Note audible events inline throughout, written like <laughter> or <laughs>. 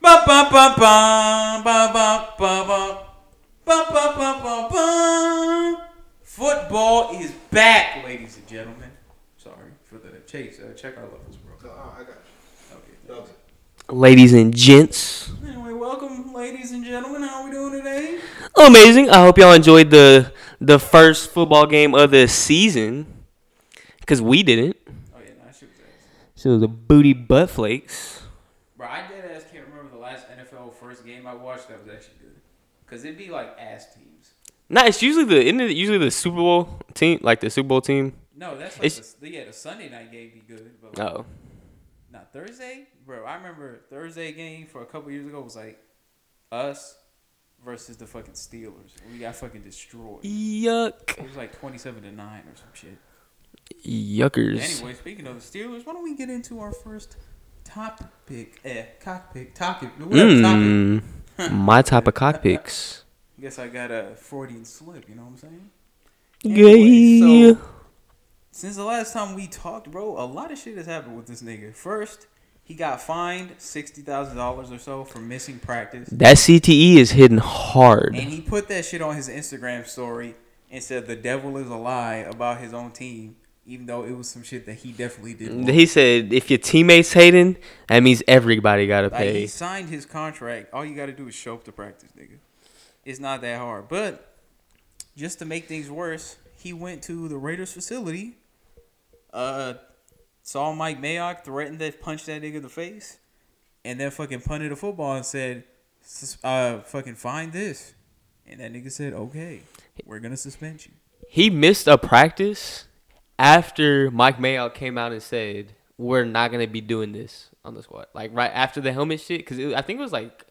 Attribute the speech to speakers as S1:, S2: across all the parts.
S1: ba ba ba ba ba ba ba ba ba ba ba ba. Football is back, ladies and gentlemen. Sorry for the chase. Uh, check our levels, bro.
S2: No, I I got you.
S1: Okay.
S2: That was it.
S3: Ladies and gents,
S1: Anyway, welcome, ladies and gentlemen. How are we doing today?
S3: amazing. I hope y'all enjoyed the the first football game of the season, cause we didn't.
S1: Oh yeah, nah, shit was ass.
S3: So the booty butt flakes.
S1: Bro, I dead ass can't remember the last NFL first game I watched that was actually good. Cause it'd be like ass teams.
S3: Nah, it's usually the isn't it usually the Super Bowl team, like the Super Bowl team.
S1: No, that's like
S3: It's-
S1: the, yeah, the Sunday night game be good, but like,
S3: Oh,
S1: not Thursday, bro. I remember Thursday game for a couple years ago was like us versus the fucking Steelers. We got fucking destroyed.
S3: yuck,
S1: It was like twenty-seven to nine or some shit.
S3: yuckers.
S1: Anyway, speaking of the Steelers, why don't we get into our first topic? Eh, cockpit, topic, whatever topic.
S3: Mmm,
S1: Mm.
S3: my type of cockpicks.
S1: <laughs> Guess I got a Freudian slip. You know what I'm saying? Anyway,
S3: Gay.
S1: so- Since the last time we talked, bro, a lot of shit has happened with this nigga. First, he got fined sixty thousand dollars or so for missing practice.
S3: that CTE is hitting hard.
S1: And he put that shit on his Instagram story and said the devil is a lie about his own team, even though it was some shit that he definitely didn't. want.
S3: He said, "If your teammates hating, that means everybody gotta
S1: Like he
S3: pay."
S1: signed his contract. All you got to do is show up to practice, nigga. It's not that hard. But just to make things worse, he went to the Raiders facility. Uh, saw Mike Mayock threatened to punch that nigga in the face, and then fucking punted the football and said, "Sus- "Uh, fucking find this." And that nigga said, "Okay, we're gonna suspend you."
S3: He missed a practice after Mike Mayock came out and said, "We're not gonna be doing this on the squad." Like right after the helmet shit, because I think it was like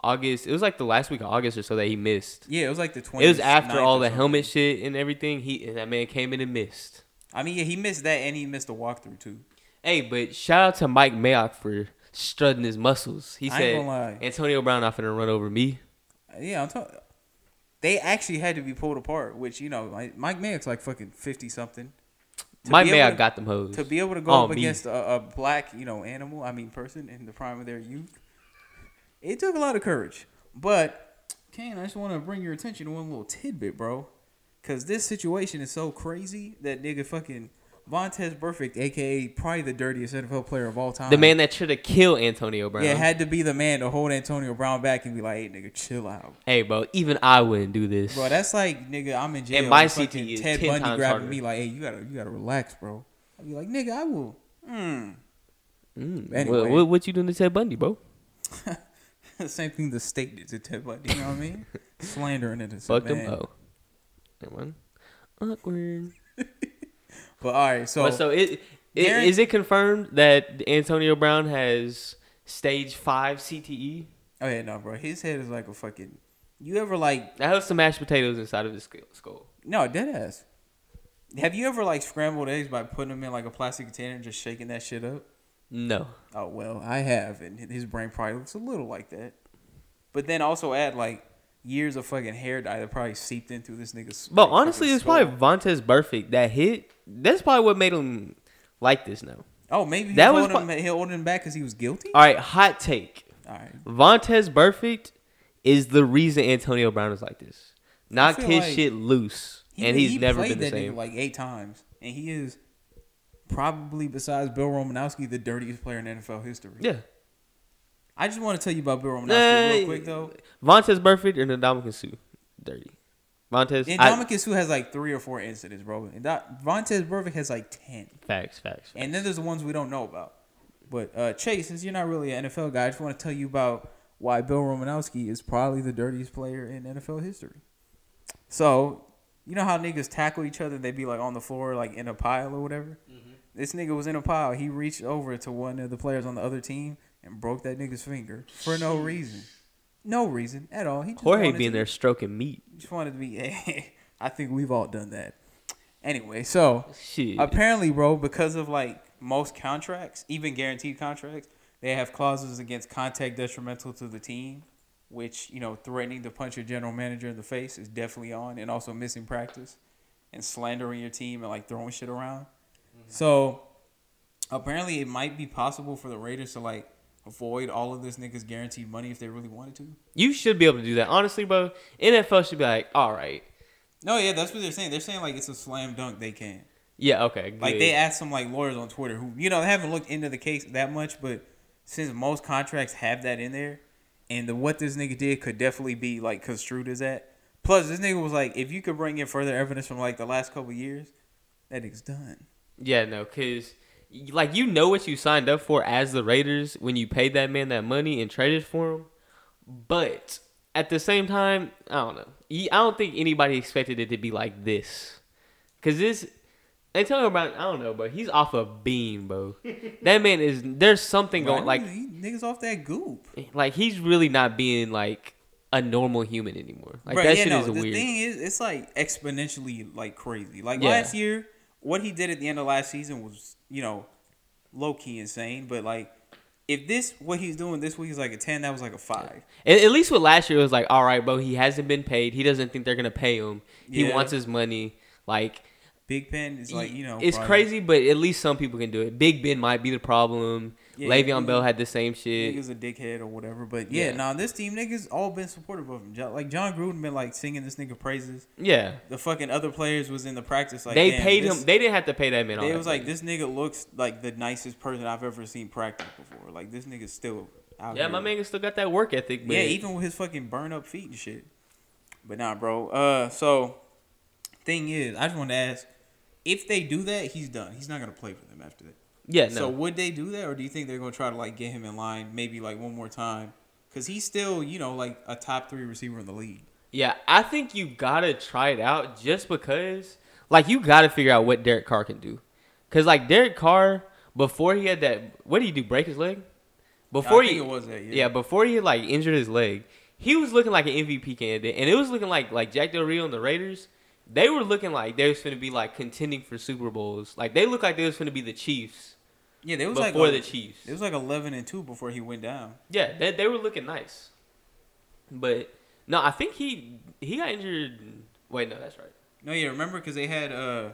S3: August. It was like the last week of August or so that he missed.
S1: Yeah, it was like the twenty.
S3: It was after all the helmet shit and everything. He and that man came in and missed.
S1: I mean, yeah, he missed that, and he missed a walkthrough too.
S3: Hey, but shout out to Mike Mayock for strutting his muscles. He
S1: I ain't gonna lie.
S3: said, "Antonio Brown not gonna run over me."
S1: Yeah, I'm talking. They actually had to be pulled apart, which you know, like, Mike Mayock's like fucking fifty something. To
S3: Mike
S1: be able
S3: Mayock
S1: to-
S3: got them hoes.
S1: to be able to go
S3: Oh,
S1: up
S3: me.
S1: against a, a black, you know, animal. I mean, person in the prime of their youth. It took a lot of courage, but Kane, I just want to bring your attention to one little tidbit, bro, because this situation is so crazy that nigga fucking Vontez Perfect, aka probably the dirtiest NFL player of all time,
S3: the man that should have killed Antonio Brown.
S1: yeah, had to be the man to hold Antonio Brown back and be like, "Hey, nigga, chill out."
S3: hey, bro, even I wouldn't do this.
S1: Bro, that's like nigga, I'm in jail.
S3: And my
S1: fucking
S3: CTE is
S1: Ted
S3: 10
S1: Bundy
S3: times
S1: grabbing
S3: harder.
S1: me like, hey, you gotta, you gotta relax, bro. I'd be like, nigga, I will. Mm.
S3: Mm,
S1: anyway.
S3: what, what, what you doing to Ted Bundy, bro?
S1: <laughs> Same thing the state did to Ted Bundy. You know what I
S3: <laughs>
S1: mean? Slandering it.
S3: Fuck
S1: man.
S3: him. Oh, that one. Awkward.
S1: But all right, so,
S3: But so it, it
S1: Oh. Darren-
S3: is it confirmed that Antonio Brown has stage five E? CTE?
S1: oh yeah, no, bro, his head is like a fucking. You ever like
S3: I have some mashed potatoes inside of his skull- skull.
S1: no dead ass? Have you ever like scrambled eggs by putting them in like a plastic container and just shaking that shit up?
S3: No.
S1: Oh well, I have, and his brain probably looks a little like that. But then also add like years of fucking hair dye that probably seeped into this nigga's.
S3: But
S1: like,
S3: honestly,
S1: fucking
S3: it's
S1: skull.
S3: probably Vontez Burfict that hit. That's probably what made him like this now.
S1: Oh, maybe he
S3: that
S1: that
S3: was
S1: was him, he holding him back because he was guilty.
S3: All right, hot take.
S1: All right,
S3: Vontez Burfict is the reason Antonio Brown is like this. Knocked
S1: feel
S3: his
S1: like
S3: shit loose,
S1: He-
S3: and he's
S1: he
S3: never
S1: played
S3: been the
S1: that nigga
S3: same.
S1: like eight times, and he is probably besides Bill Romanowski the dirtiest player in NFL history.
S3: yeah.
S1: I just want to tell you about Bill Romanowski real
S3: Nah,
S1: quick though.
S3: Vontez Burfict and Ndamukong Suh, dirty. Vontez,
S1: And
S3: I-
S1: Dominic Sue has like three or four incidents, bro. And that, Vontez Burfict has like ten.
S3: facts, facts.
S1: And then there's the ones we don't know about. But uh, Chase, since you're not really an NFL guy, I just want to tell you about why Bill Romanowski is probably the dirtiest player in NFL history. So, you know how niggas tackle each other? They be like on the floor, like in a pile or whatever.
S3: Mm-hmm.
S1: This nigga was in a pile. He reached over to one of the players on the other team and broke that nigga's finger for no reason, no reason at all. He just
S3: Jorge
S1: wanted
S3: being
S1: to-
S3: there stroking meat.
S1: Just wanted to be. <laughs> I think we've all done that. Anyway, so
S3: Shit.
S1: Apparently, bro, because of like most contracts, even guaranteed contracts, they have clauses against contact detrimental to the team, which, you know, threatening to punch your general manager in the face is definitely on, and also missing practice and slandering your team and like throwing shit around. So apparently, it might be possible for the Raiders to like avoid all of this niggas guaranteed money if they really wanted to?
S3: You should be able to do that. Honestly, bro, NFL should be like, all right.
S1: No, yeah, that's what they're saying. They're saying like it's a slam dunk. They can.
S3: Yeah, okay. Good.
S1: Like they asked some like lawyers on Twitter who you know they haven't looked into the case that much, but since most contracts have that in there, and the what this nigga did could definitely be like construed as that. Plus, this nigga was like, if you could bring in further evidence from like the last couple years, that nigga's done.
S3: Yeah, no, because like you know what you signed up for as the Raiders when you paid that man that money and traded for him, but at the same time, I don't know. You- I don't think anybody expected it to be like this, because this. And tell me about I don't know, but he's off a beam, bro. that man is there's something going like
S1: he, niggas off that goop.
S3: like he's really not being like a normal human anymore. Like
S1: Bruh,
S3: that
S1: yeah,
S3: shit
S1: no,
S3: is
S1: the
S3: weird.
S1: thing is, it's like exponentially like crazy. Like
S3: Yeah.
S1: last year, what he did at the end of last season was, you know, low key insane. But like, if this what he's doing this week is like a ten, that was like a five.
S3: At, at least with last year, it was like, all right, bro, he hasn't been paid. He doesn't think they're gonna pay him. He
S1: Yeah.
S3: wants his money. Like,
S1: Big Pen is like, you know,
S3: E, it's
S1: probably-
S3: crazy, but at least some people can do it. Big Ben might be the problem.
S1: Yeah,
S3: Le'Veon
S1: yeah.
S3: Bell had the same shit.
S1: Niggas a dickhead or whatever, but yeah,
S3: Yeah.
S1: nah, this team niggas all been supportive of him. Jo- Like John Gruden been like singing this nigga praises.
S3: yeah,
S1: The fucking other players was in the practice like
S3: they
S1: damn,
S3: paid
S1: this-
S3: him. They didn't have to pay that man. all
S1: They
S3: that
S1: was like,
S3: money.
S1: this nigga looks like the nicest person I've ever seen practice before. Like this nigga's still out
S3: Yeah,
S1: here.
S3: my man still got that work ethic. But
S1: Yeah, even with his fucking burn up feet and shit. But nah, bro. Uh, so thing is, I just want to ask if they do that, he's done. He's not gonna play for them after that.
S3: yeah, no.
S1: So would they do that, or do you think they're gonna try to like get him in line, maybe like one more time? Cause he's still, you know, like a top three receiver in the league.
S3: Yeah, I think you gotta try it out just because, like, you gotta figure out what Derek Carr can do, cause like Derek Carr before he had that, what did he do? Break his leg? Before
S1: I think
S3: he
S1: it was that, yeah.
S3: yeah. before he like injured his leg, he was looking like an MVP candidate, and it was looking like like Jack Del Rio and the Raiders. They were looking like they was gonna be like contending for Super Bowls. Like they looked like they was gonna be the Chiefs
S1: Yeah, they was like
S3: before
S1: a-
S3: the Chiefs.
S1: It was like eleven and two before he went down.
S3: Yeah, they, they were looking nice. But no, I think he he got injured. Wait, no, that's right.
S1: No, yeah, remember because they had uh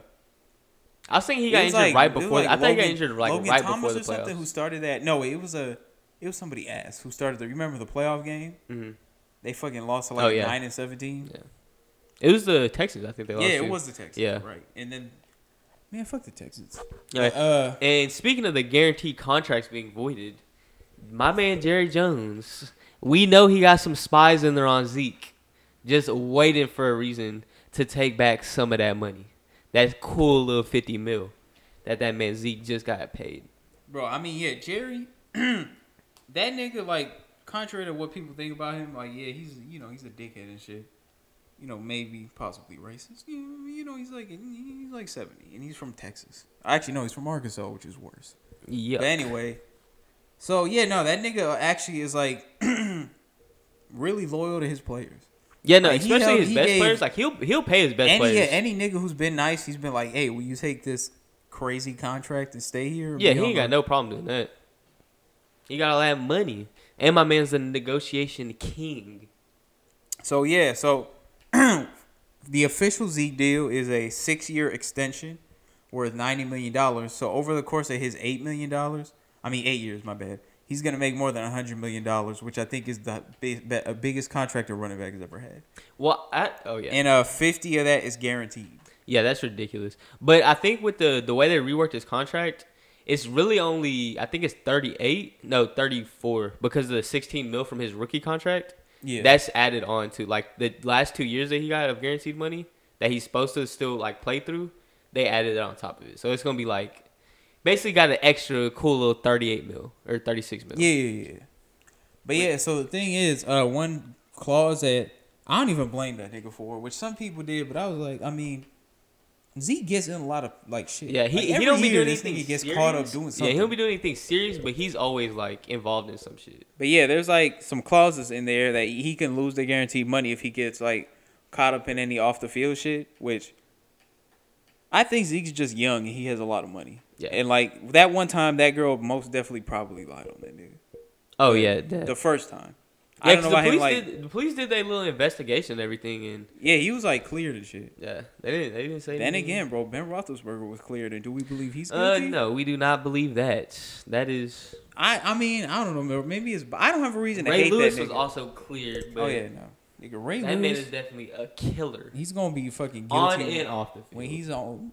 S3: I was thinking he
S1: It
S3: got
S1: was
S3: injured
S1: like-
S3: right
S1: it was
S3: before.
S1: like
S3: I think he got
S1: Logan-
S3: injured like
S1: Logan
S3: right
S1: Thomas
S3: before the
S1: or something who
S3: playoffs.
S1: started that. No, it was a it was somebody ass who started the. Remember the playoff game?
S3: Mhm.
S1: They fucking lost to
S3: Oh,
S1: like
S3: yeah.
S1: nine and seventeen.
S3: It was the Texans, I think they
S1: Yeah,
S3: lost.
S1: it
S3: to.
S1: was the Texans.
S3: Yeah.
S1: right. And then man, fuck the Texans.
S3: Alright.
S1: Uh,
S3: And speaking of the guaranteed contracts being voided, my man Jerry Jones, we know he got some spies in there on Zeke, just waiting for a reason to take back some of that money. That cool little fifty mil that that man Zeke just got paid.
S1: bro, I mean, yeah, Jerry, <clears throat> that nigga, like, contrary to what people think about him, like, yeah, he's you know he's a dickhead and shit. You know, maybe possibly racist. You, you know, he's like he's like seventy, and he's from Texas. Actually, no, he's from Arkansas, which is worse.
S3: Yeah.
S1: But anyway, so yeah, no, that nigga actually is like <clears throat> really loyal to his players.
S3: Yeah, no,
S1: Like, he
S3: especially
S1: held-
S3: his
S1: he
S3: best
S1: gave-
S3: players. Like he'll he'll pay his best
S1: Any
S3: players.
S1: yeah, any nigga who's been nice, he's been like, "Hey, will you take this crazy contract and stay here?" and
S3: yeah,
S1: be
S3: he
S1: on
S3: ain't
S1: the-
S3: got no problem doing that. He got all that money, and my man's the negotiation king.
S1: So yeah, so <clears throat> the official Zeke deal is a six-year extension worth ninety million dollars. So over the course of his eight million dollars, I mean eight years, my bad, he's gonna make more than hundred million dollars, which I think is the big, be- biggest contract a running back has ever had.
S3: Well, I oh yeah,
S1: And uh, fifty of that is guaranteed.
S3: yeah, that's ridiculous. But I think with the the way they reworked his contract, it's really only I think it's thirty eight, no thirty four, because of the sixteen mil from his rookie contract.
S1: Yeah.
S3: that's added on to like the last two years that he got of guaranteed money that he's supposed to still like play through. They added it on top of it, so it's gonna be like basically got an extra cool little thirty eight mil or thirty six mil.
S1: Yeah, yeah, yeah. But yeah, so the thing is, uh, one clause that I don't even blame that nigga for, which some people did, but I was like, I mean, Zeke gets in a lot of like shit.
S3: Yeah, he,
S1: Like,
S3: he
S1: every
S3: don't be
S1: year
S3: doing
S1: this
S3: anything.
S1: nigga gets
S3: serious.
S1: caught up doing something.
S3: Yeah, he don't be doing anything serious, but he's always like involved in some shit.
S1: But yeah, there's like some clauses in there that he can lose the guaranteed money if he gets like caught up in any off the field shit, which I think Zeke's just young and he has a lot of money.
S3: Yeah.
S1: And like that one time that girl most definitely probably lied on that nigga.
S3: Oh yeah, that,
S1: The first time. I
S3: Yeah,
S1: don't know
S3: because
S1: why
S3: the
S1: he
S3: police
S1: like.
S3: did the police did their little investigation and everything, and
S1: Yeah, he was like cleared and shit.
S3: yeah, they didn't they didn't say.
S1: Then
S3: anything.
S1: again, bro, Ben Roethlisberger was cleared, and do we believe he's
S3: uh,
S1: guilty?
S3: no, we do not believe that. That is
S1: I I mean I don't know. bro. Maybe it's I don't have a reason to
S3: Ray
S1: hate
S3: Lewis
S1: that
S3: was
S1: nigga.
S3: also cleared, but
S1: oh yeah, no, nigga Ray
S3: that man
S1: Lewis.
S3: is definitely a killer
S1: He's gonna be fucking
S3: on
S1: guilty
S3: and off the field.
S1: when he's on.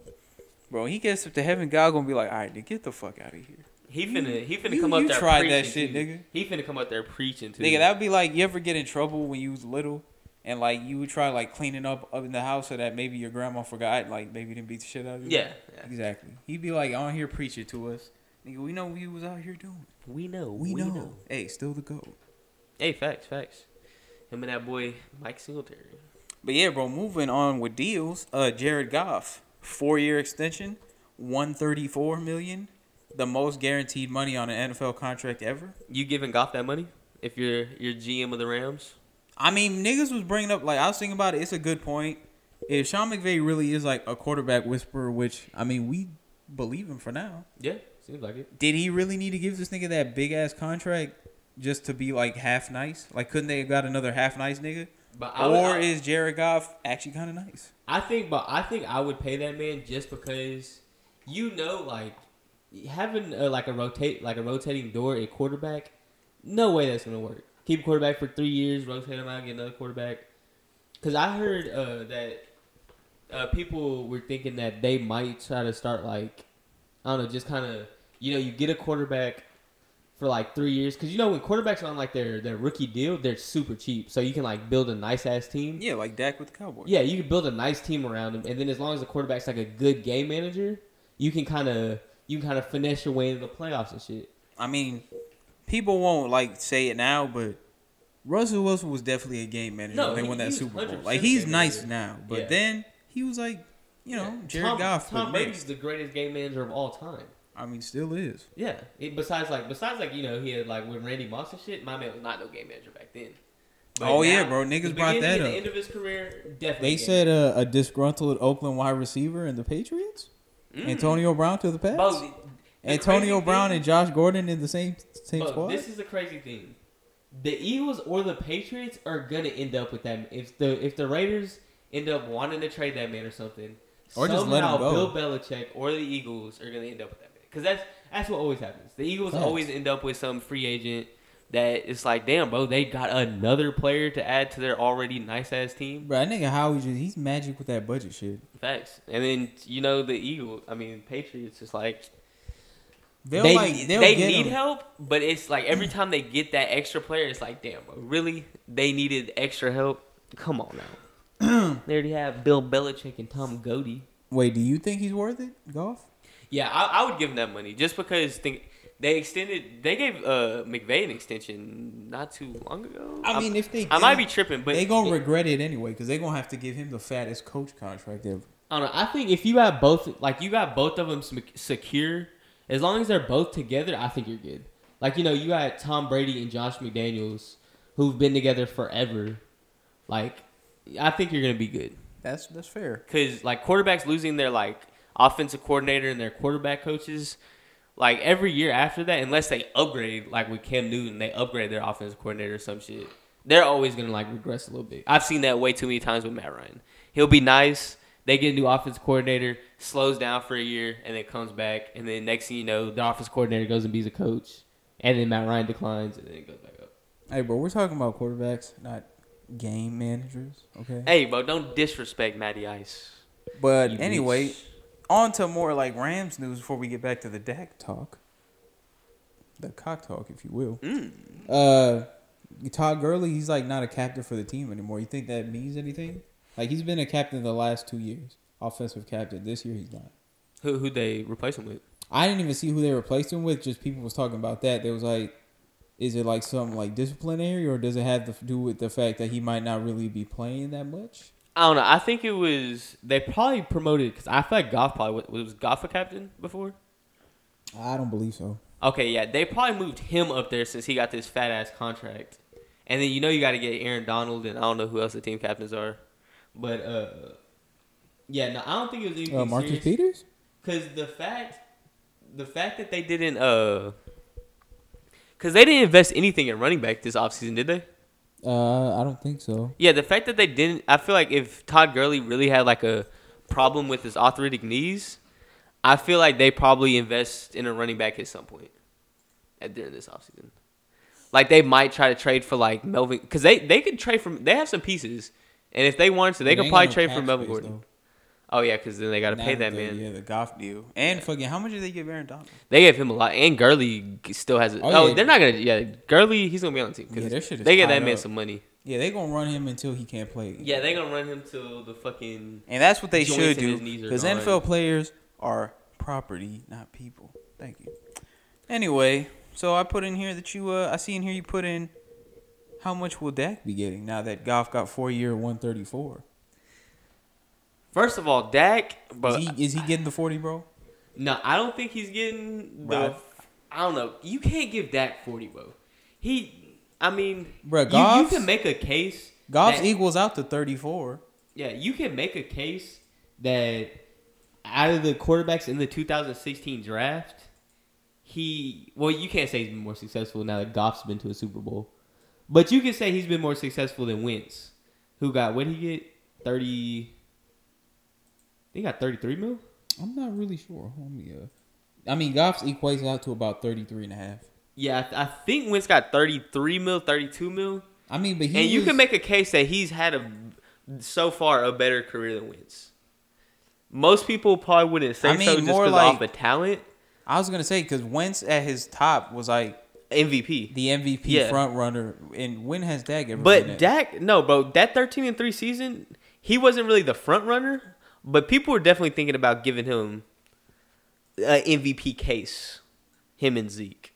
S1: Bro, when he gets up to heaven, God gonna be like, all right, nigga, get the fuck out of here.
S3: He finna he finna
S1: you-
S3: come up
S1: you
S3: there
S1: tried
S3: preaching
S1: that shit,
S3: to you.
S1: nigga.
S3: He finna come up there preaching to
S1: Nigga,
S3: you.
S1: that would be like you ever get in trouble when you was little and like you would try like cleaning up up in the house so that maybe your grandma forgot, like maybe didn't beat the shit out of you.
S3: yeah, yeah.
S1: Exactly. He'd be like on here preaching to us. Nigga, we know what you was out here doing.
S3: We know.
S1: We, know. Hey, still the goat.
S3: Hey, facts, facts. Him and that boy Mike Singletary.
S1: But yeah, bro, moving on with deals. Uh Jared Goff, four year extension, one thirty four million, the most guaranteed money on an NFL contract ever.
S3: You giving Goff that money if you're you're GM of the Rams?
S1: I mean, niggas was bringing up like I was thinking about it. It's a good point. If Sean McVay really is like a quarterback whisperer, which I mean, we believe him for now.
S3: Yeah, seems like it.
S1: Did he really need to give this nigga that big ass contract just to be like half nice? Like, couldn't they have got another half nice nigga?
S3: But I, would-
S1: Or
S3: I-
S1: is Jared Goff actually kind of nice?
S3: I think, but I think I would pay that man just because you know, like having uh like a rotate like a rotating door at quarterback. No way that's gonna work. Keep a quarterback for three years, rotate him out, get another quarterback. Because I heard uh, that uh, people were thinking that they might try to start like I don't know, just kind of you know, you get a quarterback for like three years because you know when quarterbacks are on like their their rookie deal, they're super cheap, so you can like build a nice ass team.
S1: Yeah, like Dak with the Cowboys.
S3: Yeah, you can build a nice team around him, and then as long as the quarterback's like a good game manager, you can kind of you can kind of finesse your way into the playoffs and shit.
S1: I mean, people won't like say it now, but Russell Wilson was definitely a game manager
S3: No,
S1: when they
S3: he-
S1: won
S3: he
S1: that
S3: was
S1: Super Bowl.
S3: 100%
S1: Like
S3: a
S1: he's
S3: game
S1: nice
S3: manager.
S1: now, but
S3: Yeah.
S1: then he was like, you know, Jared
S3: Tom,
S1: Goff.
S3: Tom
S1: but
S3: Brady's
S1: next.
S3: the greatest game manager of all time.
S1: I mean, still is.
S3: Yeah, it, besides like besides like you know he had like with Randy Moss and shit. My man was not no game manager back then.
S1: Oh, yeah, bro, niggas
S3: the
S1: brought
S3: beginning
S1: that
S3: and
S1: up.
S3: The end of his career, definitely.
S1: They
S3: game
S1: said uh, a disgruntled Oakland wide receiver in the Patriots.
S3: manager. Mm.
S1: Antonio Brown to the Pats.
S3: Bro, the- the
S1: Antonio
S3: crazy
S1: Brown
S3: thing-
S1: and Josh Gordon in the same same
S3: Bro,
S1: squad.
S3: This is the crazy thing. The Eagles or the Patriots are gonna end up with that. If the if the Raiders end up wanting to trade that man or something,
S1: Or just let him
S3: somehow
S1: go.
S3: Bill Belichick or the Eagles are gonna end up with that man because that's that's what always happens. The Eagles
S1: Facts.
S3: always end up with some free agent that it's like, damn, bro, they got another player to add to their already nice ass team.
S1: Bro, that nigga Howie just he's magic with that budget shit.
S3: Facts, and then you know the Eagles. I mean, Patriots is like
S1: They'll
S3: they
S1: like they'll
S3: they
S1: get
S3: need
S1: him.
S3: help, but it's like every time they get that extra player, it's like, damn, bro, really? They needed extra help? Come on now.
S1: <clears throat>
S3: they already have Bill Belichick and Tom Goody.
S1: Wait, do you think he's worth it, Goff?
S3: Yeah, I, I would give them that money just because think they extended. They gave uh, McVay an extension not too long ago.
S1: I
S3: I'm-
S1: mean, if they
S3: I might be
S1: didn't,
S3: tripping, but
S1: they gonna regret it anyway because they gonna have to give him the fattest coach contract ever.
S3: I don't know. I think if you have both, like you got both of them sec- secure, as long as they're both together, I think you're good. Like you know, you got Tom Brady and Josh McDaniels, who've been together forever. Like, I think you're gonna be good
S1: That's that's fair.
S3: because like quarterbacks losing their like offensive coordinator and their quarterback coaches, like every year after that, unless they upgrade, like with Cam Newton, they upgrade their offensive coordinator or some shit. They're always gonna like regress a little bit. I've seen that way too many times with Matt Ryan. He'll be nice. They get a new offensive coordinator, slows down for a year, and then comes back. And then next thing you know, the offense coordinator goes and be's a coach, and then Matt Ryan declines, and then it goes back up.
S1: Hey, bro, we're talking about quarterbacks, not game managers. Okay,
S3: Hey, bro, don't disrespect Matty Ice.
S1: but
S3: You
S1: anyway,
S3: bitch.
S1: on to more like Rams news before we get back to the Dak talk, the cock talk, if you will.
S3: Mm.
S1: Uh, Todd Gurley, he's like not a captain for the team anymore. You think that means anything? Like he's been a captain the last two years, offensive captain. This year he's not.
S3: who who they replace him with?
S1: I didn't even see who they replaced him with. Just people was talking about that. They was like, is it like some like disciplinary, or does it have to do with the fact that he might not really be playing that much?
S3: I don't know. I think it was they probably promoted because I feel like Goff probably was, was Goff a captain before.
S1: I don't believe so.
S3: Okay, yeah, they probably moved him up there since he got this fat ass contract, and then you know you got to get Aaron Donald and I don't know who else the team captains are, but uh, yeah, no, I don't think it was anything
S1: Uh, Marcus
S3: serious.
S1: Peters.
S3: Cause the fact, the fact that they didn't uh, cause they didn't invest anything in running back this offseason, did they?
S1: Uh, I don't think so.
S3: Yeah, the fact that they didn't, I feel like if Todd Gurley really had like a problem with his arthritic knees, I feel like they probably invest in a running back at some point at during this offseason. Like they might try to trade for like Melvin because they they could trade from they have some pieces, and if they wanted to, they could
S1: ain't
S3: probably
S1: got no
S3: trade
S1: cap
S3: for Melvin
S1: space,
S3: Gordon.
S1: though.
S3: Oh yeah, because then they got to
S1: Not
S3: pay
S1: if
S3: that
S1: they-
S3: man.
S1: Yeah, the golf deal. And fucking, how much did they give Aaron Donald?
S3: They gave him a lot, and Gurley still has. A,
S1: Oh,
S3: oh,
S1: yeah.
S3: they're not gonna. Yeah, Gurley, he's gonna be on the team
S1: Yeah, their
S3: because
S1: shit is
S3: they get
S1: tied
S3: that man
S1: up.
S3: some money.
S1: Yeah, they gonna run him until he can't play. again.
S3: Yeah, they're gonna run him till the fucking.
S1: and that's what they
S3: Joints
S1: should
S3: in
S1: do
S3: his knees are
S1: because
S3: gone.
S1: NFL players are property, not people. Thank you. Anyway, so I put in here that you. Uh, I see in here you put in how much will Dak be getting now that Goff got four year one thirty four.
S3: First of all, Dak,
S1: Is
S3: but
S1: he is he getting the forty, bro?
S3: no, I don't think he's getting the.
S1: Right.
S3: I don't know. You can't give Dak forty, bro. He, I mean,
S1: Bruh,
S3: you, you
S1: Goff's-
S3: can make a case.
S1: Goff's e-
S3: that-
S1: equals out to thirty four.
S3: Yeah, you can make a case that out of the quarterbacks in the 2016 draft, he well, you can't say he's been more successful now that Goff's been to a Super Bowl, but you can say he's been more successful than Wentz, who got what did he get 30. He got 33 mil.
S1: I'm not really sure. Hold me up. I mean, Goff's equates out to about 33 and a half.
S3: Yeah, I, th- I think Wentz got 33 mil, 32 mil,
S1: I mean, but he
S3: and you
S1: was-
S3: can make a case that he's had a so far a better career than Wentz. Most people probably wouldn't say
S1: I mean,
S3: so just
S1: more
S3: because
S1: like-
S3: off of talent.
S1: I was gonna say because Wentz at his top was like
S3: MVP.
S1: the MVP
S3: Yeah.
S1: front runner, and when has Dak ever? been
S3: But
S1: that?
S3: Dak, no, bro, that 13 and 3 season, he wasn't really the front runner, but people were definitely thinking about giving him an MVP case, him and Zeke.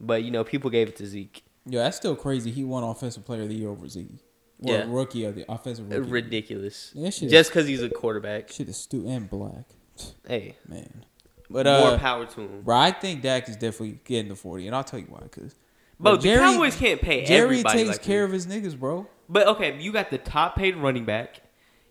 S3: But, you know, people gave it to Zeke.
S1: Yo, that's still crazy. He won Offensive Player of the Year over Ziggy. Or
S3: Yeah.
S1: rookie of the offensive rookie.
S3: Ridiculous.
S1: Yeah, that shit is-
S3: Just because he's a quarterback.
S1: Shit is Stu and Black. <sighs>
S3: Hey,
S1: Man. But
S3: more
S1: uh
S3: power to him.
S1: bro, I think Dak is definitely getting the 40, and I'll tell you why, cause
S3: Bro,
S1: but
S3: the Cowboys can't pay
S1: Jerry
S3: everybody
S1: takes
S3: like
S1: care
S3: this.
S1: of his niggas, bro.
S3: But okay, you got the top paid running back.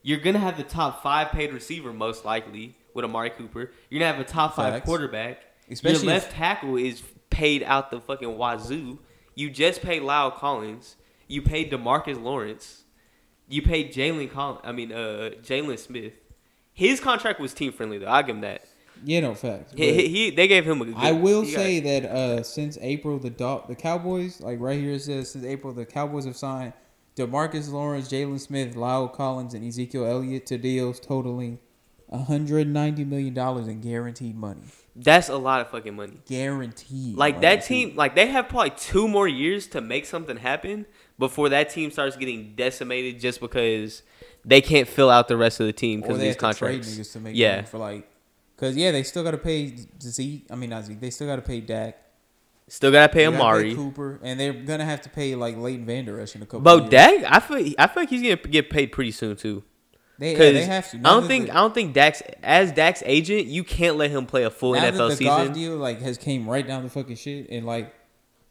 S3: You're gonna have the top five paid receiver most likely with Amari Cooper. You're gonna have a top five
S1: Facts.
S3: quarterback.
S1: Especially
S3: Your
S1: if-
S3: left tackle is paid out the fucking wazoo. You just paid Lyle Collins. You paid Demarcus Lawrence. You paid Jalen Collins. I mean, uh, Jalen Smith. His contract was team friendly though. I will give him that.
S1: Yeah, no facts.
S3: He,
S1: but-
S3: he, he- they gave him a. Good,
S1: I will
S3: he got-
S1: say that uh, since April, the Dol- the Cowboys, like right here it says, since April, the Cowboys have signed Demarcus Lawrence, Jalen Smith, Lyle Collins, and Ezekiel Elliott to deals totaling $190 million in guaranteed money.
S3: that's a lot of fucking money.
S1: Guaranteed.
S3: Like
S1: bro.
S3: that team, like they have probably two more years to make something happen before that team starts getting decimated just because they can't fill out the rest of the team
S1: Or
S3: because
S1: they
S3: these
S1: have to trade
S3: contracts.
S1: niggas to make
S3: yeah,
S1: money for like, because yeah, they still got to pay Zeke. I mean, not Zeke. They still got to pay Dak.
S3: still gotta pay
S1: they gotta
S3: Amari.
S1: Cooper, and they're gonna have to pay like Leighton Vander Esch in a couple.
S3: But
S1: years.
S3: Dak, I feel I feel like he's gonna get paid pretty soon too.
S1: they, yeah,
S3: Because
S1: they have to.
S3: I
S1: Now
S3: don't
S1: that
S3: think
S1: the-
S3: I don't think Dax as Dax agent, you can't let him play a full
S1: now that
S3: NFL
S1: the golf
S3: season.
S1: deal like has came right down the fucking shit, and like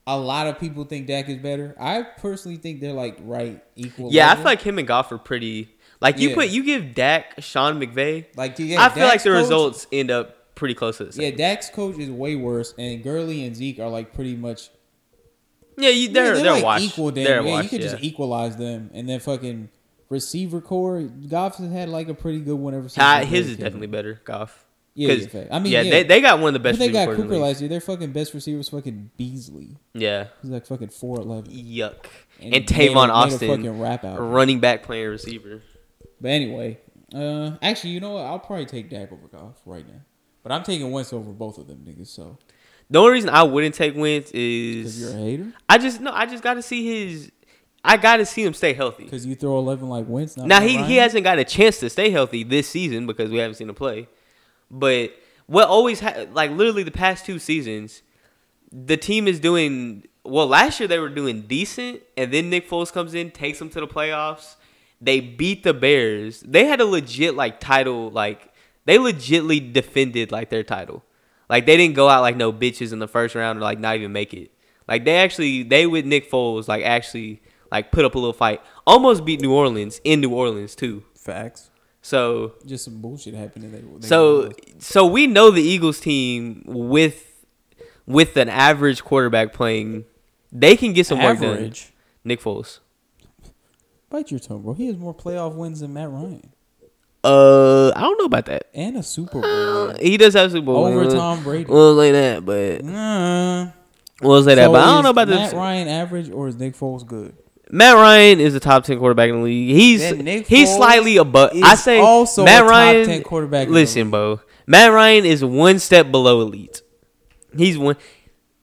S1: a lot of people think Dak is better. I personally think they're like right equal.
S3: yeah, I
S1: level.
S3: feel like him and Goff are pretty. Like you
S1: Yeah.
S3: put you give Dak Sean McVay.
S1: like you
S3: I feel like
S1: Dak's
S3: the
S1: coach-
S3: results end up pretty close to the same.
S1: Yeah, Dak's coach is way worse, and Gurley and Zeke are like pretty much
S3: Yeah, you, they're,
S1: Yeah,
S3: they're,
S1: like
S3: watched.
S1: equal. Damn,
S3: they're
S1: yeah,
S3: watched.
S1: you could
S3: yeah.
S1: just equalize them, and then fucking receiver core. Goff has had like a pretty good one ever since.
S3: Ty,
S1: Gurley
S3: his is
S1: came in.
S3: definitely better. Goff.
S1: Yeah, yeah,
S3: 'Cause-
S1: fact. I mean, yeah.
S3: They, they got one of the
S1: But
S3: best.
S1: they got
S3: receivers in
S1: Cooper
S3: the league.
S1: last year. Their fucking best receiver was fucking Beasley.
S3: Yeah.
S1: He's like fucking four eleven.
S3: Yuck.
S1: And
S3: And,
S1: made a- made
S3: Tavon
S1: a
S3: Austin,
S1: fucking rap album.
S3: running back playing receiver.
S1: But anyway, uh, actually, you know what? I'll probably take Dak over Goff right now. But I'm taking Wentz over both of them niggas. So,
S3: The only reason I wouldn't take wins
S1: because you're a
S3: is
S1: hater,
S3: I just no. I just got to see his. I got to see him stay healthy.
S1: because you throw eleven like Wentz. Not
S3: Now
S1: Matt
S3: he,
S1: Ryan?
S3: he hasn't got a chance to stay healthy this season because we haven't seen him play. But what always ha- like literally the past two seasons, the team is doing well. Last year they were doing decent, and then Nick Foles comes in, takes them to the playoffs. They beat the Bears. They had a legit like title like they legitly defended like their title. Like they didn't go out like no bitches in the first round or like not even make it. Like they actually they with Nick Foles like actually like put up a little fight. Almost beat New Orleans in New Orleans too.
S1: facts.
S3: So
S1: Just some bullshit happened. And they, they
S3: so so we know the Eagles team with with an average quarterback playing, they can get some work done.
S1: average.
S3: Nick Foles.
S1: Bite your tongue, bro. He has more playoff wins than Matt Ryan
S3: Uh, I don't know about that.
S1: and a Super
S3: Uh,
S1: Bowl
S3: he does have Super Bowl
S1: over
S3: wins.
S1: Tom Brady.
S3: We'll say that, but
S1: Nah.
S3: we'll say that.
S1: So
S3: but I don't
S1: is
S3: know about
S1: Matt
S3: this.
S1: Ryan average or is Nick Foles good?
S3: Matt Ryan is a top ten quarterback in the league. He's
S1: Then Nick
S3: he's
S1: Foles
S3: slightly above. I
S1: is
S3: say
S1: also a
S3: Matt
S1: top
S3: Ryan
S1: 10 quarterback in the
S3: Listen, bro, Matt Ryan is one step below elite. He's one.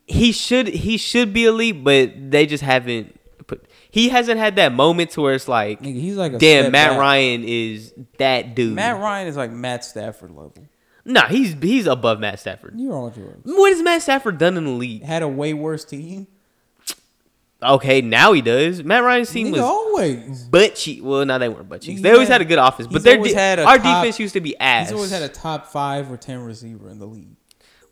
S3: He should he should be elite, but they just haven't. Put, he hasn't had that moment to where it's like,
S1: Nigga, he's like a
S3: damn,
S1: step
S3: Matt
S1: back.
S3: Ryan is that dude.
S1: Matt Ryan is like Matt Stafford level.
S3: nah, he's he's above Matt Stafford.
S1: You're on yours.
S3: What has Matt Stafford done in the league?
S1: Had a way worse team.
S3: Okay, now he does. Matt Ryan's team
S1: Nigga,
S3: was
S1: always.
S3: butt cheek. Well, no, they weren't butt cheeks.
S1: He's
S3: They always
S1: had-
S3: had a good offense, but
S1: he's
S3: their
S1: always
S3: de-
S1: had a
S3: our
S1: top-
S3: defense used to be ass.
S1: He's always had a top five or ten receiver in the league.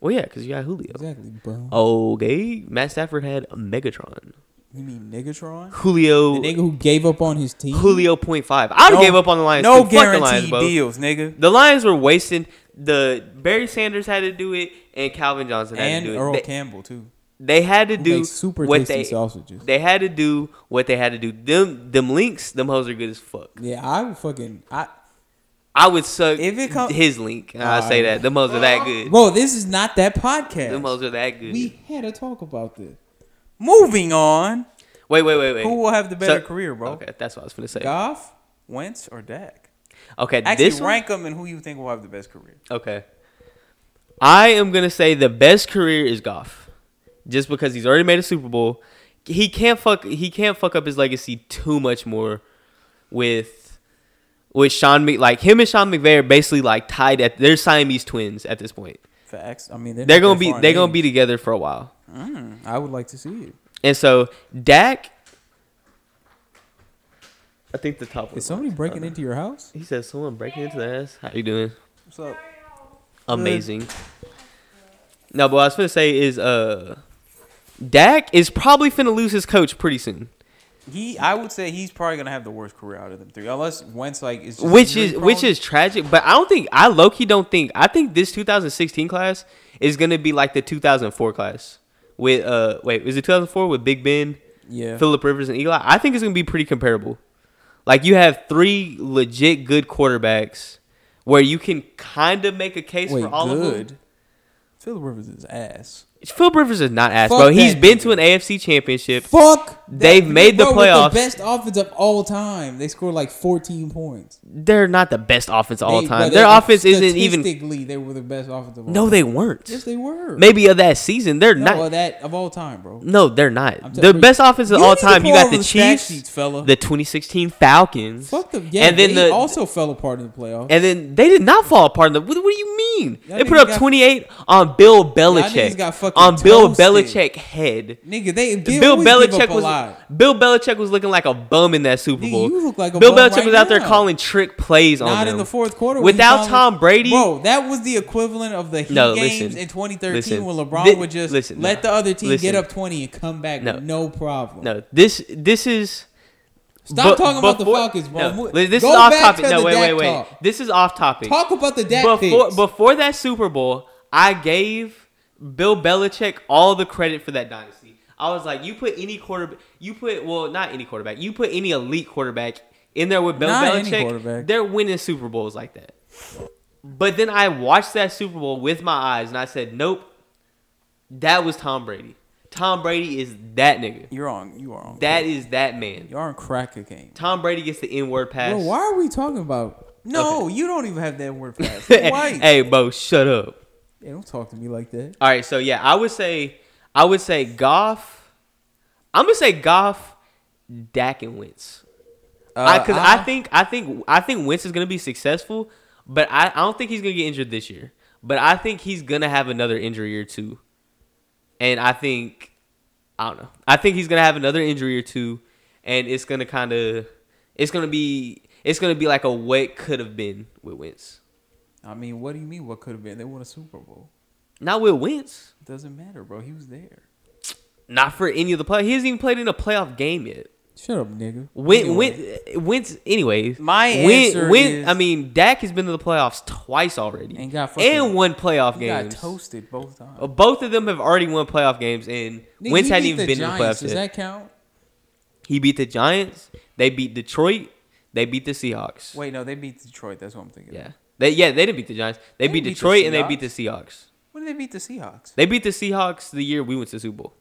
S3: well, yeah, because you got Julio.
S1: Exactly, bro.
S3: Oh. Okay, Matt Stafford had Megatron.
S1: You mean Nigatron? The
S3: Julio,
S1: nigga who gave up on his team.
S3: Julio point five. I'd have gave up on the Lions.
S1: No
S3: too. Fuck the Lions,
S1: guaranteed
S3: bro.
S1: deals, nigga.
S3: The Lions were wasting. The Barry Sanders had to do it, and Calvin Johnson had
S1: And
S3: to do it.
S1: Earl
S3: They-
S1: Campbell too.
S3: They had to
S1: Who
S3: do
S1: makes super
S3: what
S1: tasty
S3: they
S1: sausages.
S3: they had to do what they had to do. Them them links, them hoes are good as fuck.
S1: Yeah, I would fucking I
S3: I would suck
S1: If it come-
S3: his link. I say that
S1: Alright.
S3: them hoes are that good.
S1: Bro, this is not that
S3: Them
S1: podcast.
S3: hoes are that good.
S1: We had a talk about this. Moving on.
S3: wait, wait, wait, wait.
S1: Who will have the better
S3: So-
S1: career, bro?
S3: Okay, that's what I was gonna say.
S1: Goff, Wentz, or Dak?
S3: Okay,
S1: Actually,
S3: this one-
S1: rank them and who you think will have the best career.
S3: Okay. I am gonna say the best career is Goff, just because he's already made a Super Bowl. He can't fuck. He can't fuck up his legacy too much more with with Sean Mc. Like him and Sean McVay are basically like tied at. They're Siamese twins at this point.
S1: Facts. I mean, they're,
S3: They're
S1: not
S3: gonna
S1: that
S3: be.
S1: far in
S3: They're gonna be
S1: age.
S3: together for a while.
S1: Mm, I would like to see it.
S3: And so Dak, I think the top.
S1: Is
S3: one-
S1: somebody breaking into your house?
S3: He says someone breaking into the ass. How you doing?
S1: What's up?
S3: amazing. No, but what I was gonna say is uh Dak is probably finna lose his coach pretty soon.
S1: He, I would say he's probably gonna have the worst career out of them three, unless Wentz like is just
S3: Which
S1: injury
S3: is which
S1: prone.
S3: is tragic, but I don't think I low key don't think I think this 2016 class is gonna be like the 2004 class with uh wait is it 2004 with Big Ben,
S1: yeah.
S3: Philip Rivers and Eli? I think it's gonna be pretty comparable. Like you have three legit good quarterbacks where you can kind of make a case
S1: Wait,
S3: for all of them.
S1: good. Philip Rivers is ass.
S3: Philip Rivers is not ass,
S1: Fuck
S3: bro. He's
S1: that
S3: been
S1: nigga.
S3: to an AFC championship.
S1: Fuck.
S3: They've made the
S1: bro,
S3: playoffs.
S1: With the best offense of all time. They scored like 14 points.
S3: they're not the best offense of all
S1: They-
S3: time.
S1: but
S3: Their
S1: they-
S3: offense isn't even.
S1: Statistically, they were the best offense of all
S3: No,
S1: time.
S3: they weren't.
S1: Yes, they were.
S3: Maybe of that season, they're
S1: no,
S3: not.
S1: of that of all time, bro.
S3: No, they're not.
S1: I'm
S3: The
S1: telling you-
S3: best offense of
S1: You
S3: all
S1: need to
S3: time.
S1: pull
S3: You got
S1: over
S3: the
S1: the stat
S3: Chiefs,
S1: sheets, fella.
S3: the 2016 Falcons,
S1: Fuck them. Yeah,
S3: and then
S1: they
S3: the
S1: also fell apart in the playoffs.
S3: and then they did not fall apart. In the, what, what do you mean?
S1: Y'all
S3: they put
S1: niggas
S3: up
S1: got-
S3: 28 on Bill Belichick.
S1: niggas got fucking
S3: on Bill
S1: toasted.
S3: Belichick head.
S1: Nigga, they give,
S3: Bill
S1: always give
S3: Belichick
S1: up a
S3: was
S1: lot.
S3: Bill Belichick was looking like a bum in that Super
S1: Nigga,
S3: Bowl.
S1: you look like a
S3: Bill
S1: bum
S3: Belichick
S1: right
S3: was out there
S1: now.
S3: calling trick plays on
S1: Not
S3: them.
S1: in the fourth quarter. when he
S3: Without
S1: finally-
S3: Tom Brady,
S1: bro. That was the equivalent of the Heat
S3: No,
S1: games
S3: listen.
S1: in 2013
S3: Listen.
S1: when LeBron
S3: Thi-
S1: would just
S3: listen,
S1: let
S3: no.
S1: the other team
S3: Listen.
S1: get up 20 and come back
S3: No.
S1: with no problem.
S3: No, this this is.
S1: Stop
S3: bu-
S1: talking about the
S3: before-
S1: Falcons, bro.
S3: no,
S1: Mo-
S3: li- this
S1: Go
S3: is off
S1: back
S3: topic.
S1: to
S3: No,
S1: the
S3: wait, wait,
S1: Dak
S3: wait.
S1: talk.
S3: This is off topic.
S1: Talk about the Dak
S3: before
S1: picks.
S3: before that Super Bowl, I gave Bill Belichick all the credit for that dynasty. I was like, you put any quarterback, you put well, not any quarterback, you put any elite quarterback in there with Bill
S1: Not any
S3: Belichick,
S1: quarterback.
S3: they're winning Super Bowls like that. But then I watched that Super Bowl with my eyes, and I said, nope, that was Tom Brady. Tom Brady is that nigga.
S1: You're wrong. You are on.
S3: That is that man.
S1: You're on crack a game.
S3: Tom Brady gets the N word pass.
S1: Bro,
S3: <laughs>
S1: why are we talking about? No, you don't even have that word
S3: <laughs>
S1: pass. You're white.
S3: hey, Bo, shut up.
S1: Yeah, don't talk to me like that.
S3: All right, so yeah, I would say, I would say Goff. I'm gonna say Goff, Dak, and Wentz.
S1: Uh,
S3: Because I, think, I think, I think Wentz is gonna be successful, but I, I don't think he's gonna get injured this year. But I think he's gonna have another injury or two, and I think, I don't know. I think he's gonna have another injury or two, and it's gonna kind of, it's gonna be, it's gonna be like a what could have been with Wentz,
S1: I mean, what do you mean? What could have been? They won a Super Bowl.
S3: not with Wentz.
S1: It doesn't matter, bro. He was there.
S3: Not for any of the play. He hasn't even played in a playoff game yet.
S1: Shut up, nigga.
S3: When
S1: Anyway.
S3: when when's anyways?
S1: My
S3: when,
S1: answer
S3: when,
S1: is-
S3: I mean, Dak has been to the playoffs twice already
S1: And got fucking-
S3: and won playoff
S1: He got
S3: games.
S1: toasted both times.
S3: Uh, Both of them have already won playoff games, and
S1: Nigga,
S3: Wentz
S1: he
S3: hadn't
S1: beat
S3: even
S1: the
S3: been in the
S1: Giants.
S3: playoffs
S1: Does
S3: yet.
S1: that count?
S3: He beat the Giants. They beat Detroit. They beat the Seahawks.
S1: Wait, no, they beat Detroit. That's what I'm thinking.
S3: Yeah. They yeah they didn't beat the Giants. They,
S1: They
S3: beat
S1: beat the
S3: Detroit and they beat the Seahawks.
S1: When did they beat the Seahawks?
S3: They beat the Seahawks the year we went to the Super Bowl.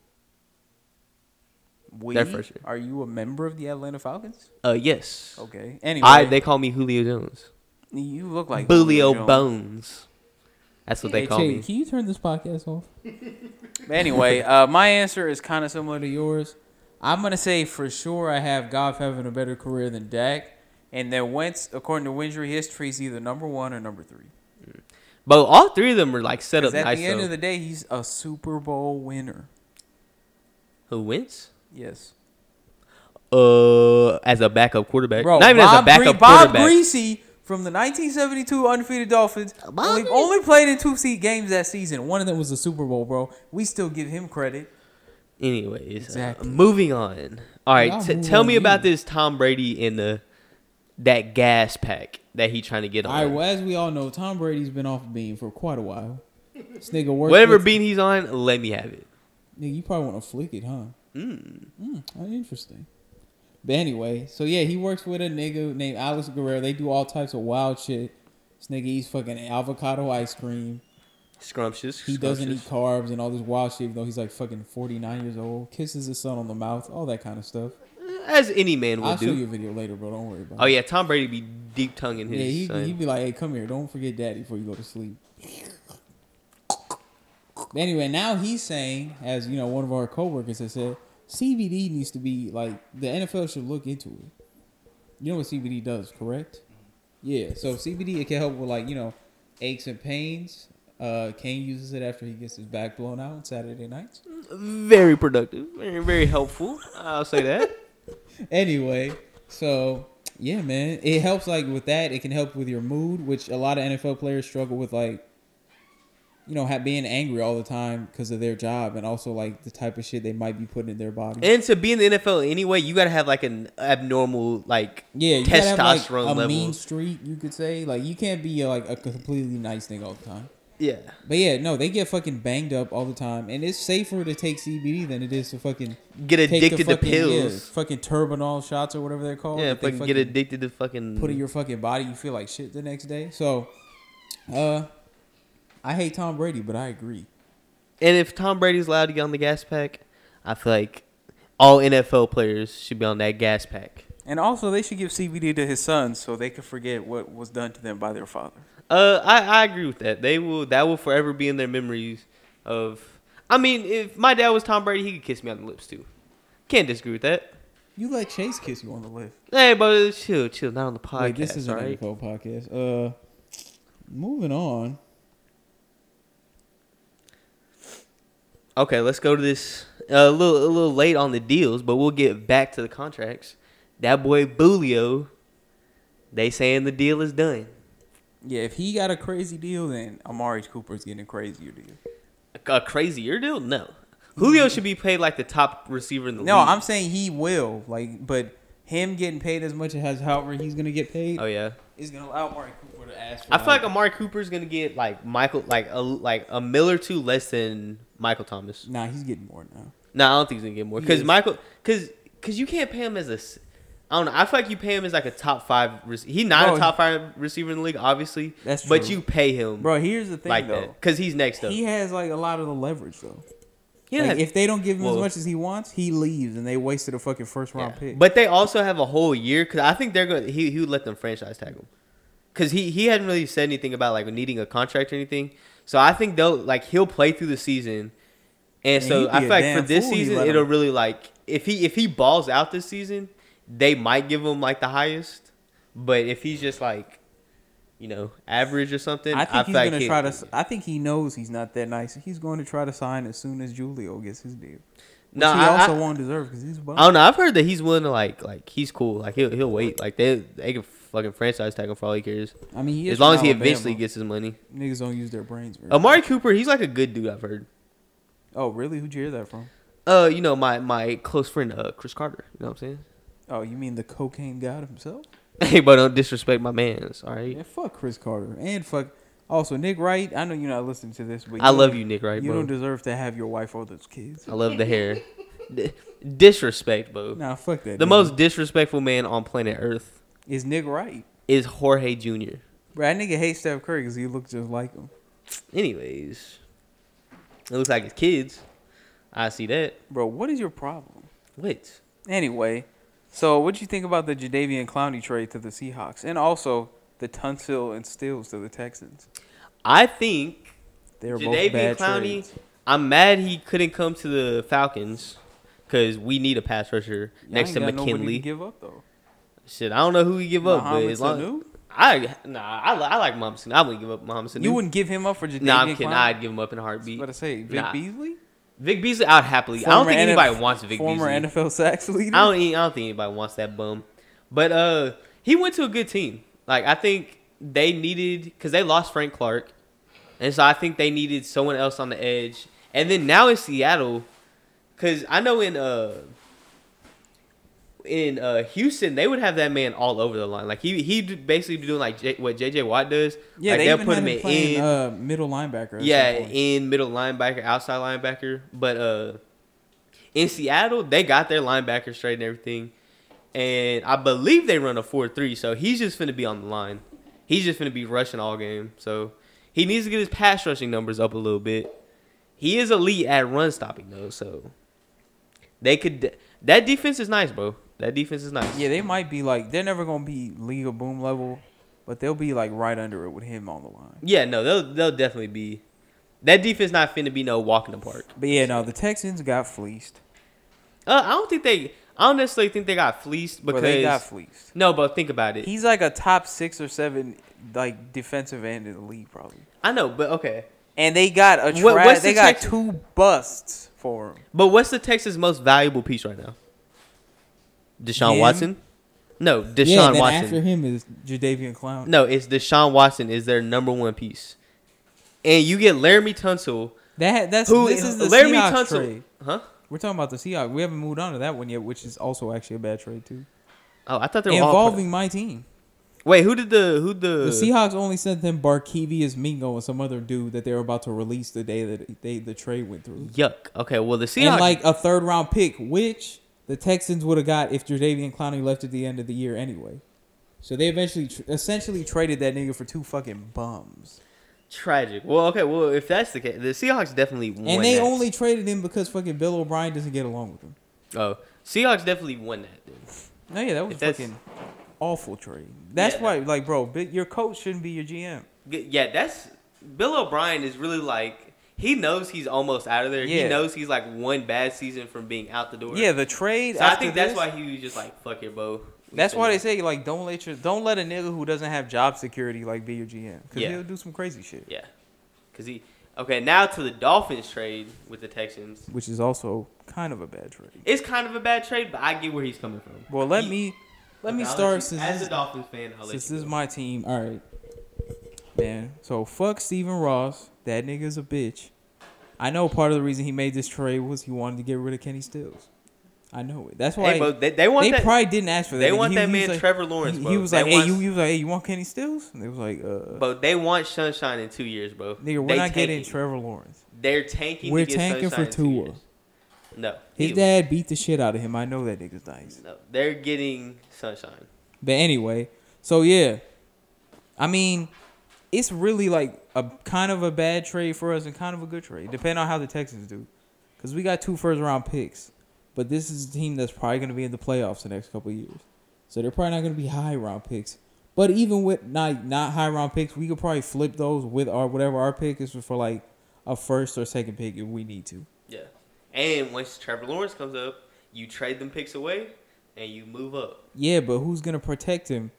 S1: We,
S3: Their first year.
S1: Are you a member of the Atlanta Falcons?
S3: Uh yes.
S1: Okay. Oh, Anyway,
S3: I they call me Julio Jones.
S1: you look like
S3: Julio
S1: Jones.
S3: Bones. That's what they
S1: Hey,
S3: call
S1: Chase,
S3: me.
S1: Can you turn this podcast off? But anyway, uh, my answer is kind of similar to yours. I'm gonna say for sure I have Goff having a better career than Dak, and then Wentz, according to injury history, is either number one or number three.
S3: But all three of them are like set up
S1: 'Cause at
S3: nice.
S1: the end
S3: though.
S1: of the day, he's a Super Bowl winner.
S3: Who wins?
S1: Yes,
S3: Uh, as a backup quarterback.
S1: bro.
S3: Not even
S1: Bob
S3: as a backup
S1: Gre- Bob
S3: quarterback.
S1: Greasy from the 1972 undefeated Dolphins.
S3: Bob
S1: Only,
S3: Greasy?
S1: only played in two seat games that season. One of them was the Super Bowl, bro. We still give him credit.
S3: Anyways, uh,
S1: Exactly.
S3: moving on. All right,
S1: Y'all
S3: t-
S1: move
S3: tell
S1: on
S3: me about
S1: you.
S3: this Tom Brady and the that gas pack that he trying to get on.
S1: All right. Well, as we all know, Tom Brady's been off beam for quite a while. This nigga worked.
S3: Whatever
S1: with-
S3: bean he's on, let me have it.
S1: Nigga, you probably want to flick it, huh?
S3: Hmm.
S1: Mm. Mm, interesting. But anyway, so yeah, he works with a nigga named Alex Guerrero. They do all types of wild shit. This nigga eats fucking avocado ice cream.
S3: Scrumptious.
S1: He doesn't eat
S3: scrumptious.
S1: carbs and all this wild shit, even though he's like fucking 49 years old. Kisses his son on the mouth, all that kind of stuff.
S3: As any man
S1: I'll
S3: would
S1: show
S3: do.
S1: you a video later, bro. Don't worry about
S3: Oh
S1: it.
S3: yeah, Tom Brady be deep tonguing his
S1: Yeah, he
S3: son.
S1: he be like, "Hey, come here. Don't forget daddy before you go to sleep." But anyway, now he's saying, as you know, one of our coworkers has said, CBD needs to be like the NFL should look into it. You know what CBD does, correct? Yeah. So CBD it can help with like you know aches and pains. Uh, Kane uses it after he gets his back blown out on Saturday nights.
S3: very productive, very very helpful. I'll say that.
S1: <laughs> anyway, so yeah, man, it helps like with that. It can help with your mood, which a lot of NFL players struggle with, like you know, ha- being angry all the time because of their job and also like the type of shit they might be putting in their body.
S3: and to be in the NFL anyway, you gotta have like an abnormal like
S1: yeah, you gotta have, like,
S3: testosterone
S1: a
S3: level.
S1: mean streak, you could say. Like you can't be uh, like a completely nice thing all the time.
S3: Yeah.
S1: But yeah, no, they get fucking banged up all the time, and it's safer to take CBD than it is to fucking
S3: Get
S1: take the
S3: addicted to
S1: fucking, yeah,
S3: pills.
S1: fucking turbinol shots or whatever they're called.
S3: Yeah,
S1: that they
S3: fucking get addicted to fucking
S1: put in your fucking body, you feel like shit the next day. So, uh, I hate Tom Brady, but I agree.
S3: And if Tom Brady's allowed to get on the gas pack, I feel like all NFL players should be on that gas pack.
S1: And also, they should give CBD to his sons so they can forget what was done to them by their father.
S3: Uh, I, I agree with that. They will that will forever be in their memories of. I mean, if my dad was Tom Brady, he could kiss me on the lips too. Can't disagree with that.
S1: You let Chase kiss you on the lip.
S3: Hey, but chill, chill. Not on the podcast.
S1: Like this is
S3: all
S1: an
S3: right.
S1: NFL podcast. Uh, moving on.
S3: Okay, let's go to this. A little, a little late on the deals, but we'll get back to the contracts. That boy Bulio, they saying the deal is done.
S1: Yeah, if he got a crazy deal, then Amari Cooper's getting a crazier deal.
S3: A, a crazier deal? No. Julio should be paid like the top receiver in the
S1: No,
S3: league.
S1: I'm saying he will. Like, but him getting paid as much as however he's gonna get paid
S3: Oh yeah.
S1: is gonna allow Amari Cooper to ask. For
S3: I feel like Amari Cooper's gonna get like Michael, like a like a mill or two less than Michael Thomas.
S1: nah, he's getting more now.
S3: No, I don't think he's gonna get more
S1: He
S3: because
S1: is.
S3: Michael, because because you can't pay him as a. s- I don't know. I feel like you pay him as like a top five. Rec- he's not
S1: Bro,
S3: a top five receiver in the league, obviously.
S1: That's
S3: But
S1: true.
S3: you pay him
S1: Bro, here's the thing
S3: like
S1: though.
S3: that because he's next up.
S1: He has like a lot of the leverage though.
S3: yeah,
S1: Like, if they don't give him as
S3: Well-
S1: much as he wants, he leaves and they wasted a fucking first round
S3: Yeah.
S1: pick.
S3: But they also have a whole year because I think they're going. He he would let them franchise tag him because he he hadn't really said anything about like needing a contract or anything. So I think they'll like he'll play through the season,
S1: And
S3: and so
S1: he'd
S3: I
S1: be a
S3: feel like for
S1: damn
S3: this
S1: fool you
S3: season
S1: let him-
S3: it'll really like if he if he balls out this season, they might give him like the highest. But if he's just like, you know, average or something,
S1: I think
S3: I
S1: he's
S3: feel like
S1: gonna
S3: he'll-
S1: try to. s- I think he knows he's not that nice. He's going to try to sign as soon as Julio gets his deal. Which
S3: No,
S1: he
S3: I-
S1: also
S3: I-
S1: won't deserve because he's a bum.
S3: I don't know. I've heard that he's willing to like like he's cool. Like he'll he'll wait. Like they they can fucking franchise tag him for all he cares.
S1: I mean, he is
S3: As long
S1: from
S3: as he
S1: Alabama.
S3: eventually gets his money.
S1: niggas don't use their brains. Very
S3: Amari Cooper, he's like a good dude. I've heard.
S1: much. Oh, really? Who'd you hear that from?
S3: Uh, you know my my close friend uh Chris Carter. You know what I'm saying?
S1: Oh, you mean the cocaine god himself?
S3: <laughs> Hey, but don't disrespect my man's. All right.
S1: Yeah, fuck Chris Carter and fuck also Nick Wright. I know you're not listening to this, but
S3: I
S1: you
S3: love
S1: don't-
S3: you, Nick. Right,
S1: You
S3: bro.
S1: don't deserve to have your wife or those kids.
S3: I love the hair. D- disrespect, bro.
S1: Nah, fuck that.
S3: the
S1: dude.
S3: most disrespectful man on planet Earth
S1: is Nick Wright.
S3: is Jorge Jr.
S1: Bro, that nigga hates Steph Curry because he looks just like him.
S3: Anyways, it looks like his kids. I see that.
S1: Bro, what is your problem?
S3: Wait.
S1: Anyway, so what do you think about the Jadavian Clowney trade to the Seahawks, and also the Tunsil and Stills to the Texans?
S3: I think
S1: They're both
S3: Jadavian
S1: bad
S3: Clowney.
S1: trades.
S3: I'm mad he couldn't come to the Falcons because we need a pass rusher
S1: Y'all
S3: next
S1: ain't
S3: to
S1: got nobody To
S3: McKinley.
S1: give up though.
S3: Shit, I don't know who we give up, but
S1: Mohamed
S3: as long
S1: Sanu?
S3: I nah, I, li- I like Mohamed Sanu. I wouldn't give up Mohamed Sanu.
S1: you wouldn't give him up for Jadavian
S3: Nah, I'm kidding.
S1: Clowney.
S3: I'd give him up in a
S1: I
S3: heartbeat.
S1: was about to say Vic
S3: Nah.
S1: Beasley.
S3: Vic Beasley, I'd happily. I don't
S1: Former
S3: think
S1: NF
S3: anybody wants Vic
S1: former
S3: Beasley.
S1: NFL sacks leader.
S3: I don't. e- I don't think anybody wants that bum. But uh, he went to a good team. Like I think they needed because they lost Frank Clark, and so I think they needed someone else on the edge. And then now in Seattle, because I know in uh. In uh, Houston, they would have that man all over the line. Like he he basically be doing like J- what JJ Watt does.
S1: yeah,
S3: like
S1: they
S3: they'll
S1: even had him playing uh, middle linebacker. at
S3: yeah,
S1: some point.
S3: in middle linebacker, outside linebacker. But uh in Seattle, they got their linebacker straight and everything. And I believe they run a 4 3, so he's just finna be on the line. He's just finna be rushing all game. So he needs to get his pass rushing numbers up a little bit. He is elite at run stopping, though, so they could. That defense is nice, bro. That defense is nice.
S1: yeah, they might be like they're never gonna be league of boom level, but they'll be like right under it with him on the line.
S3: Yeah, no, they'll, they'll definitely be. That defense not finna be no walk in the park.
S1: But yeah, no, the Texans got fleeced.
S3: Uh, I don't think they. I don't necessarily think they got fleeced
S1: But
S3: because
S1: they got fleeced.
S3: no. But think about it.
S1: He's like a top six or seven like defensive end in the league probably.
S3: I know, but okay.
S1: And they got a
S3: What-
S1: tra-
S3: what's
S1: they
S3: the
S1: got
S3: Tex-
S1: two busts for him.
S3: But what's the Texas' most valuable piece right now? Deshaun
S1: Him?
S3: Watson. No, Deshaun Watson.
S1: him is Jadavian Clown.
S3: no, it's Deshaun Watson is their number one piece, and you get Laramie Tunsil,
S1: That that's
S3: who
S1: this is the
S3: Laramie
S1: Seahawks
S3: Tunsil,
S1: trade.
S3: huh?
S1: We're talking about the Seahawks. We haven't moved on to that one yet, which is also actually a bad trade too.
S3: Oh, I thought they were
S1: Involving
S3: involving.
S1: my team.
S3: Wait, who did the who the,
S1: The Seahawks only sent them Barkevius Mingo and some other dude that they were about to release the day that they the trade went through.
S3: Yuck. Okay, well the
S1: and
S3: Seahawks.
S1: like a third round pick, which the Texans would have got if Jadavian Clowney left at the end of the year anyway. So they eventually, tr- essentially, traded that nigga for two fucking bums,
S3: tragic. Well, okay, well if that's the case, the Seahawks definitely won.
S1: and they
S3: that.
S1: only traded him because fucking Bill O'Brien doesn't get along with him.
S3: Oh, Seahawks definitely won that. Then.
S1: No, yeah, that was
S3: If
S1: a
S3: that's-
S1: fucking awful trade. That's
S3: Yeah.
S1: why, like, bro, bi- your coach shouldn't be your GM.
S3: G- Yeah, that's Bill O'Brien is really like he knows he's almost out of there.
S1: Yeah.
S3: He knows he's like one bad season from being out the door.
S1: Yeah, the trade.
S3: so I
S1: after
S3: think that's
S1: this-
S3: why he was just like, "Fuck it, Bo." We
S1: That's why they
S3: finna-
S1: say like don't let your don't let a nigga who doesn't have job security like be your GM because
S3: Yeah.
S1: he'll do some crazy shit,
S3: Yeah, because he okay now to the Dolphins trade with the Texans.
S1: which is also kind of a bad trade.
S3: It's kind of a bad trade, but I get where he's coming from.
S1: Well, let
S3: He-
S1: me let
S3: okay,
S1: me
S3: I'll
S1: start
S3: you-
S1: since
S3: as
S1: this,
S3: a Dolphins fan. I'll let
S1: since
S3: you
S1: this is
S3: go.
S1: my team. All right, man. So fuck Steven Ross. That nigga's a bitch. I know part of the reason he made this trade was he wanted to get rid of Kenny Stills. I know it. That's why
S3: Hey, bro, they, they want
S1: they
S3: that.
S1: probably didn't ask for that.
S3: they
S1: nigga.
S3: want
S1: He-
S3: that
S1: he was
S3: man
S1: like-
S3: Trevor Lawrence,
S1: he-
S3: bro.
S1: He was
S3: They
S1: like, "Hey,
S3: want-
S1: you." He was like, "Hey, you want Kenny Stills?" And they was like, "Uh,
S3: But they want sunshine in two years, bro.
S1: nigga, we're
S3: They
S1: not getting
S3: tanking.
S1: Trevor Lawrence.
S3: They're tanking.
S1: We're
S3: to get
S1: tanking
S3: Sunshine
S1: for
S3: in two
S1: Tua.
S3: years. No,
S1: His
S3: he-
S1: dad beat the shit out of him. I know that nigga's nice.
S3: No, they're getting sunshine.
S1: But anyway, so yeah, I mean, it's really like a kind of a bad trade for us and kind of a good trade, depending on how the Texans do, because we got two first round picks, but this is a team that's probably going to be in the playoffs the next couple of years, so they're probably not going to be high round picks. But even with not not high round picks, we could probably flip those with our whatever our pick is for like a first or second pick if we need to.
S3: Yeah. And once Trevor Lawrence comes up, you trade them picks away and you move up.
S1: Yeah, but who's gonna protect him?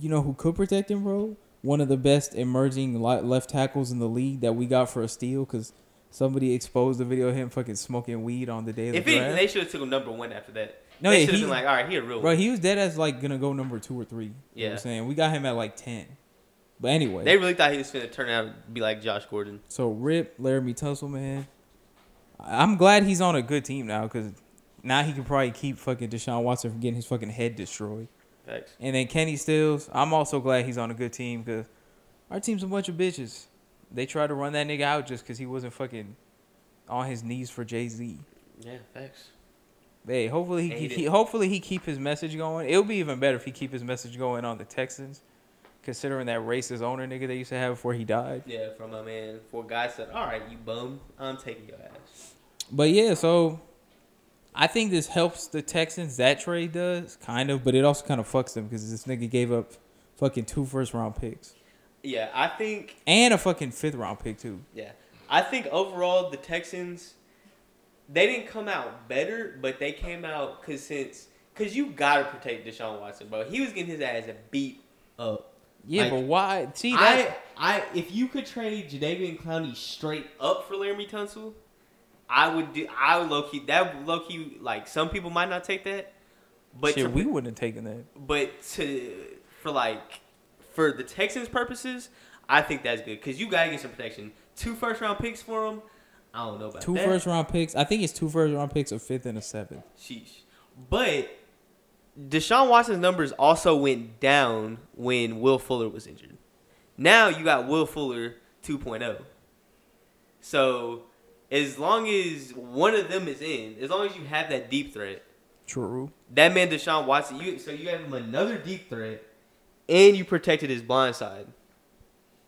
S1: You know who could protect him, bro? One of the best emerging li- left tackles in the league that we got for a steal because somebody exposed the video of him fucking smoking weed on the day of
S3: If
S1: the
S3: anything,
S1: draft.
S3: they should have took him number one after that.
S1: No,
S3: they
S1: yeah,
S3: should have
S1: he-
S3: been like, all right, he a real
S1: bro,
S3: one.
S1: he was dead as like gonna go number two or three. You know what
S3: Yeah.
S1: I'm saying we got him at like ten. But anyway,
S3: They really thought he was going to turn out and be like Josh Gordon.
S1: so Rip Laramie Tussle, man. I- I'm glad he's on a good team now because now he can probably keep fucking Deshaun Watson from getting his fucking head destroyed.
S3: Facts.
S1: And then Kenny Stills, I'm also glad he's on a good team because our team's a bunch of bitches. They tried to run that nigga out just because he wasn't fucking on his knees for Jay Z.
S3: Yeah, facts.
S1: Hey, hopefully he,
S3: Hate
S1: he hopefully he keep his message going. It'll be even better if he keep his message going on the Texans, considering that racist owner nigga they used to have before he died.
S3: Yeah, from my man. Four guys said, "All right, you bum, I'm taking your ass."
S1: But yeah, so I think this helps the Texans. That trade does kind of, but it also kind of fucks them because this nigga gave up fucking two first round picks
S3: Yeah, I think.
S1: and a fucking fifth round pick too.
S3: Yeah, I think overall the Texans, they didn't come out better, but they came out because since because you gotta protect Deshaun Watson, bro. He was getting his ass beat up.
S1: Yeah,
S3: Like,
S1: but why? See that?
S3: I, I, if you could trade Jadavian Clowney straight up for Laramie Tunsil, I would do. I would low key that low key like some people might not take that, but
S1: shit,
S3: to-
S1: we wouldn't have taken that.
S3: but to for like for the Texans' purposes, I think that's good because you gotta get some protection. Two first round picks for him. I don't know about
S1: Two
S3: that.
S1: first round picks. I think it's two first round picks, a fifth and a seventh.
S3: Sheesh. But Deshaun Watson's numbers also went down when Will Fuller was injured. Now you got Will Fuller 2.0. So as long as one of them is in, as long as you have that deep threat,
S1: True.
S3: that man Deshaun Watson, you so you have him another deep threat, and you protected his blind side.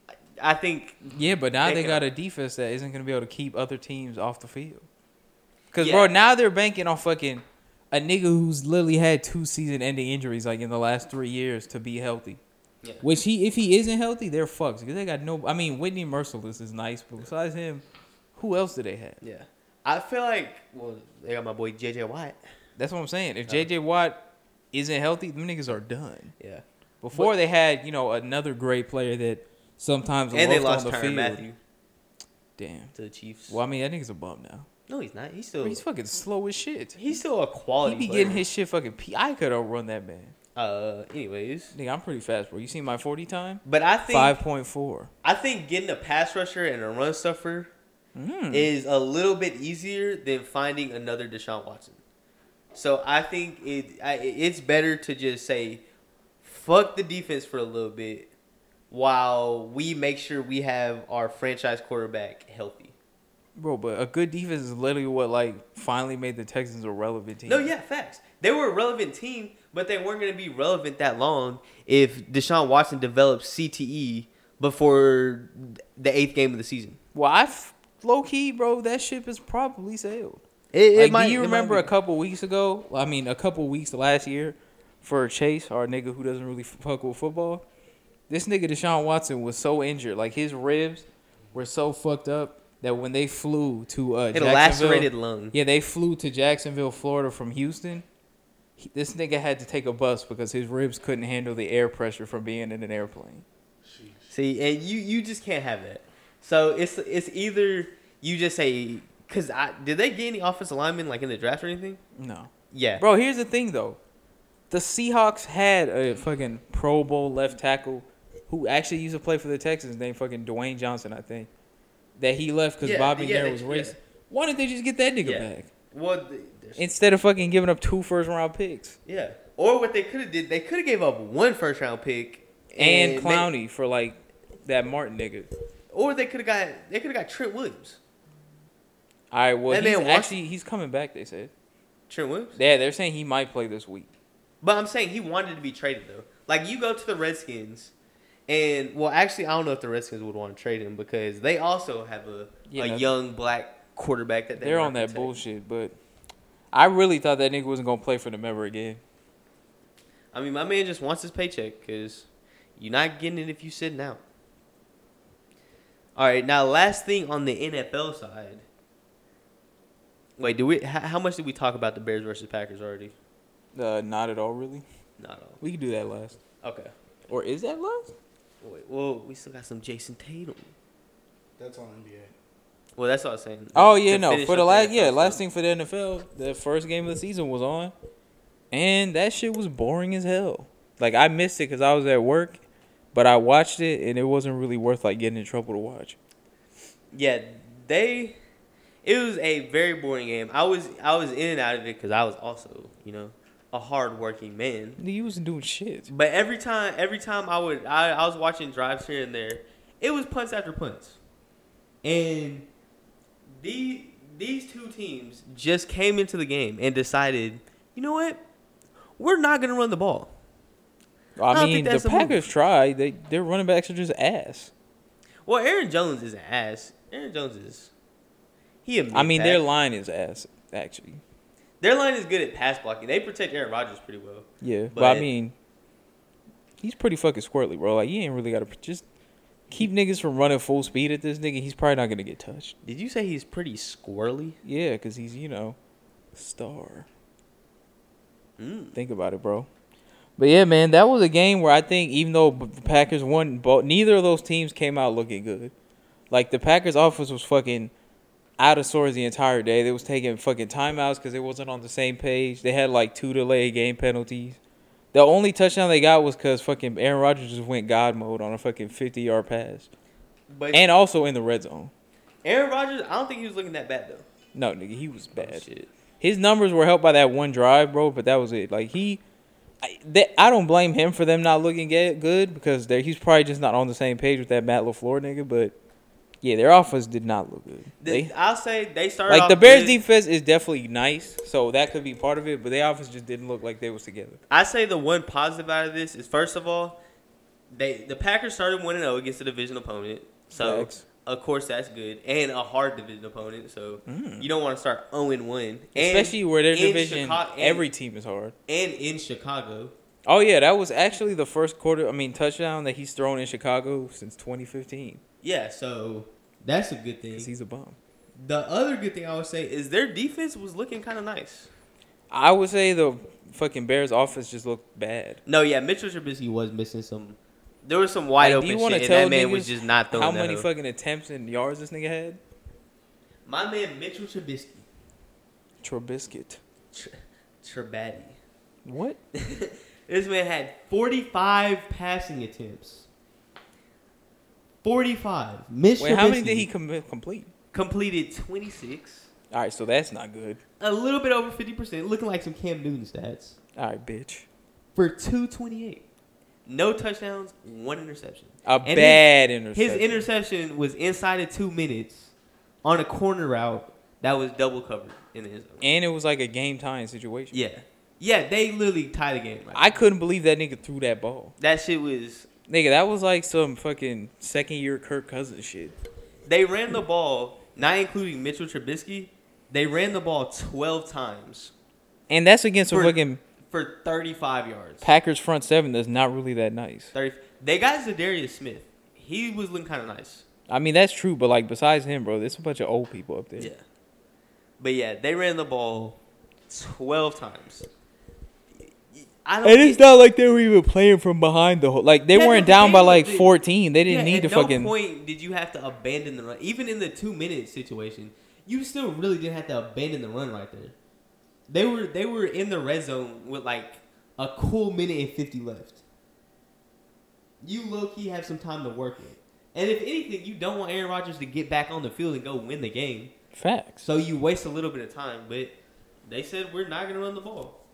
S3: I, I think
S1: Yeah, but now
S3: They
S1: they,
S3: can-
S1: got a defense that isn't going to be able to keep other teams off the field. Because,
S3: Yeah.
S1: bro, now they're banking on fucking a nigga who's literally had two season ending injuries like in the last three years to be healthy.
S3: Yeah.
S1: Which he, if he isn't healthy, they're fucked. Because they got no. I mean, Whitney Merciless is nice, but besides him, who else do they have?
S3: yeah, I feel like well they got my boy JJ Watt.
S1: That's what I'm saying. If J.J. Watt isn't healthy, them niggas are done.
S3: Yeah,
S1: Before they had, you know, another great player that sometimes
S3: and they lost
S1: on the
S3: Tyron
S1: field.
S3: Matthew
S1: Damn.
S3: to the Chiefs.
S1: Well, I mean, that nigga's a bum now.
S3: no, he's not. He's still
S1: He's fucking slow as shit.
S3: he's still a quality.
S1: He be
S3: player.
S1: getting his shit fucking. P- I could outrun that man.
S3: Uh, anyways,
S1: Nigga, I'm pretty fast, bro. You seen my 40 time?
S3: but I think
S1: 5.4.
S3: I think getting a pass rusher and a run stuffer
S1: Mm.
S3: is a little bit easier than finding another Deshaun Watson. So I think it I, it's better to just say, fuck the defense for a little bit, while we make sure we have our franchise quarterback healthy.
S1: Bro, but a good defense is literally what, like, finally made the Texans a relevant team.
S3: No, yeah, facts. They were a relevant team, but they weren't going to be relevant that long if Deshaun Watson developed CTE before the eighth game of the season.
S1: Well, I f- low key, bro, that ship is probably sailed.
S3: It, it
S1: Like,
S3: might-
S1: do you
S3: it might
S1: remember
S3: be-
S1: a couple weeks ago? I mean, a couple weeks last year for Chase, our nigga who doesn't really fuck with football. This nigga Deshaun Watson was so injured, like his ribs were so fucked up that when they flew to uh,
S3: It
S1: Jacksonville-
S3: lacerated lung.
S1: yeah, they flew to Jacksonville, Florida from Houston. He, this nigga had to take a bus because his ribs couldn't handle the air pressure from being in an airplane.
S3: See, and you you just can't have that. So it's it's either you just say because I did they get any offensive linemen like in the draft or anything?
S1: No,
S3: Yeah,
S1: bro. Here's the thing though, the Seahawks had a fucking Pro Bowl left tackle who actually used to play for the Texans, named fucking Dwayne Johnson, I think. That he left because
S3: Yeah,
S1: Bobby
S3: yeah,
S1: Nair
S3: they-
S1: was
S3: yeah.
S1: racist. Why didn't they just get that nigga
S3: Yeah.
S1: back
S3: Well, th- there's-
S1: instead of fucking giving up two first round picks
S3: yeah. Or what they could have did, they could have gave up one first round pick
S1: and,
S3: ma-
S1: Clowney for like that Martin nigga?
S3: or they could have got they could have got Trent Williams.
S1: All right, well,
S3: That
S1: he's
S3: man wants-
S1: actually he's coming back. They said.
S3: Trent Williams.
S1: Yeah, they're saying he might play this week.
S3: But I'm saying he wanted to be traded though. Like you go to the Redskins, and well, actually, I don't know if the Redskins would want to trade him because they also have a
S1: Yeah,
S3: a
S1: no.
S3: young black quarterback that they
S1: They're
S3: want
S1: on
S3: to
S1: that
S3: take.
S1: bullshit, but I really thought that nigga wasn't gonna play for them ever again.
S3: I mean, my man just wants his paycheck because you're not getting it if you sit out. All right, now last thing on the NFL side. Wait, do we? How, how much did we talk about the Bears versus Packers already?
S1: Uh, not at all, really.
S3: Not all.
S1: We can do that last,
S3: Okay.
S1: or is that last?
S3: Wait, well, we still got some Jason Tatum.
S2: That's on NBA.
S3: Well, that's what I was saying.
S1: Oh
S3: To
S1: yeah, no.
S3: finish
S1: For the
S3: up
S1: last,
S3: NFL
S1: yeah,
S3: stuff.
S1: last thing for the NFL, the first game of the season was on, and that shit was boring as hell. Like I missed it because I was at work, but I watched it and it wasn't really worth like getting in trouble to watch.
S3: yeah, they. It was a very boring game. I was I was in and out of it because I was also you know a hardworking man.
S1: Nigga, You wasn't doing shit.
S3: But every time, every time I would, I, I was watching drives here and there. It was punts after punts, and the these two teams just came into the game and decided, you know what, we're not gonna run the ball. I
S1: I
S3: don't
S1: mean,
S3: think
S1: the
S3: that's the move.
S1: Packers tried. They their running backs are just ass.
S3: Well, Aaron Jones is an ass. Aaron Jones is. He admits
S1: I mean,
S3: that.
S1: their line is ass actually.
S3: their line is good at pass blocking. They protect Aaron Rodgers pretty well.
S1: Yeah, but, I
S3: But-
S1: mean, he's pretty fucking squirrely, bro. Like, you ain't really got to just keep niggas from running full speed at this nigga. He's probably not gonna get touched.
S3: Did you say he's pretty squirrely?
S1: Yeah, cause he's you know, star.
S3: Mm.
S1: Think about it, bro. But yeah, man, that was a game where I think even though b- the Packers won, both neither of those teams came out looking good. Like the Packers' offense was fucking out of sorts the entire day. They was taking fucking timeouts because they wasn't on the same page. They had like two delayed game penalties. The only touchdown they got was because fucking Aaron Rodgers just went God mode on a fucking fifty yard pass,
S3: But
S1: and also in the red zone.
S3: Aaron Rodgers, I don't think he was looking that bad though.
S1: No, nigga, he was
S3: Oh,
S1: bad.
S3: shit.
S1: His numbers were helped by that one drive, bro, but that was it. Like he, I, that, I don't blame him for them not looking ga- good because they he's probably just not on the same page with that Matt Lafleur nigga. But yeah, their offense did not look good.
S3: The-
S1: They,
S3: I'll say they started
S1: like
S3: off
S1: the Bears
S3: good.
S1: defense is definitely nice, so that could be part of it. But their offense just didn't look like they was together.
S3: I say the one positive out of this is first of all, they the Packers started one zero against a division opponent, so
S1: Facts.
S3: of course that's good and a hard division opponent. So you don't want to start zero and one,
S1: Mm. Especially where their
S3: in
S1: division,
S3: Chicago- and-
S1: every team is hard.
S3: and in Chicago.
S1: Oh yeah, that was actually the first quarter. I mean, touchdown that he's thrown in Chicago since 2015.
S3: Yeah, so that's a good thing.
S1: 'cause he's a bum.
S3: The other good thing I would say is their defense was looking kind of nice.
S1: I would say the fucking Bears offense just looked bad.
S3: No, yeah, Mitchell Trubisky was missing some. There was some
S1: Like,
S3: wide
S1: do
S3: open
S1: you
S3: shit,
S1: wanna
S3: and
S1: tell
S3: that man was
S1: niggas
S3: just not throwing
S1: How
S3: that
S1: many
S3: up.
S1: fucking attempts and yards this nigga had?
S3: My man Mitchell Trubisky,
S1: Trubiscuit.
S3: Tr- Trubaddy.
S1: What?
S3: this man had 45 passing attempts. 45. Mitch
S1: Wait, how many
S3: Trubisky
S1: did he com- complete?
S3: completed 26,
S1: All right, so that's not good.
S3: a little bit over 50%, looking like some Cam Newton stats,
S1: All right, bitch.
S3: for 228. No touchdowns, one interception.
S1: A
S3: And his-
S1: bad
S3: His
S1: interception.
S3: interception was inside of two minutes on a corner route that was double covered in the end zone.
S1: and it was like a game time situation.
S3: Yeah. Yeah, they literally tied the game. Right
S1: I couldn't believe that nigga threw that ball.
S3: that shit was.
S1: Nigga, that was like some fucking second year Kirk Cousins shit.
S3: They ran the ball, not including Mitchell Trubisky. They ran the ball 12 times
S1: And that's against a
S3: For-
S1: fucking
S3: for 35 yards.
S1: Packers front seven that's not really that nice.
S3: 30, they got Zadarius Smith. He was looking kind of nice.
S1: I mean, that's true, but like besides him, bro, there's a bunch of old people up there.
S3: Yeah. But yeah, they ran the ball 12 times. I don't
S1: And it's
S3: get-
S1: not like they were even playing from behind the whole. Like they
S3: Yeah,
S1: weren't
S3: no,
S1: down
S3: they
S1: by
S3: was
S1: like
S3: the-
S1: fourteen. They didn't
S3: Yeah,
S1: need to
S3: at no
S1: fucking.
S3: point did you have to abandon the run. Even in the two minute situation, you still really didn't have to abandon the run right there. They were they were in the red zone with like a cool minute and fifty left. You low key have some time to work it. And if anything, you don't want Aaron Rodgers to get back on the field and go win the game.
S1: Facts.
S3: So you waste a little bit of time, but they said we're not gonna run the ball.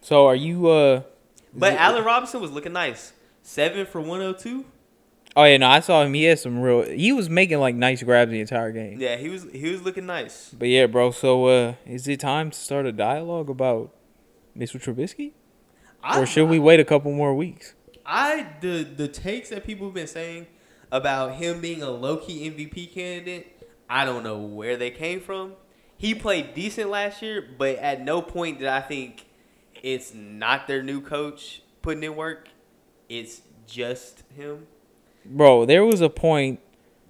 S1: So are you? uh
S3: But
S1: is it-
S3: Allen Robinson was looking nice. Seven for one oh two.
S1: Oh yeah, no, I saw him. He had some real. He was making like nice grabs the entire game.
S3: Yeah, he was he was looking nice.
S1: But yeah, bro. So uh is it time to start a dialogue about Mr. Trubisky,
S3: I-
S1: or should we wait a couple more weeks?
S3: I the the takes that people have been saying about him being a low key MVP candidate, I don't know where they came from. He played decent last year, but at no point did I think it's not their new coach putting in work. It's just him.
S1: Bro, there was a point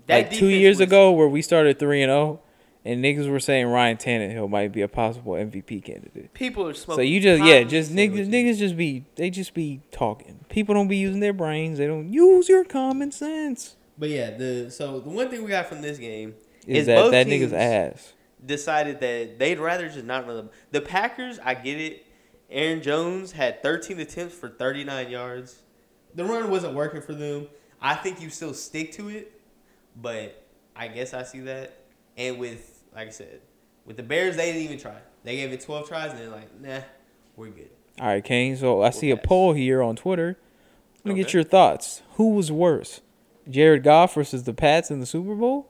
S3: That
S1: like two
S3: defense
S1: years
S3: was-
S1: ago where we started three and zero, and niggas were saying Ryan Tannehill might be a possible MVP candidate.
S3: people are smoking.
S1: So you just yeah,
S3: cotton
S1: just niggas
S3: sandwiches.
S1: niggas just be they just be talking. People don't be using their brains. They don't use your common sense.
S3: But yeah, the so the one thing we got from this game
S1: Is,
S3: is,
S1: that
S3: both
S1: that
S3: teams
S1: nigga's ass?
S3: decided that they'd rather just not run them. The Packers, I get it. Aaron Jones had 13 attempts for 39 yards. The run wasn't working for them. I think you still stick to it, but I guess I see that. And with, like I said, with the Bears, they didn't even try. They gave it 12 tries, and they're like, nah, we're good.
S1: All right, Kane. So I see a
S3: pass.
S1: poll here on Twitter. Let me get
S3: Okay.
S1: your thoughts. Who was worse, Jared Goff versus the Pats in the Super Bowl,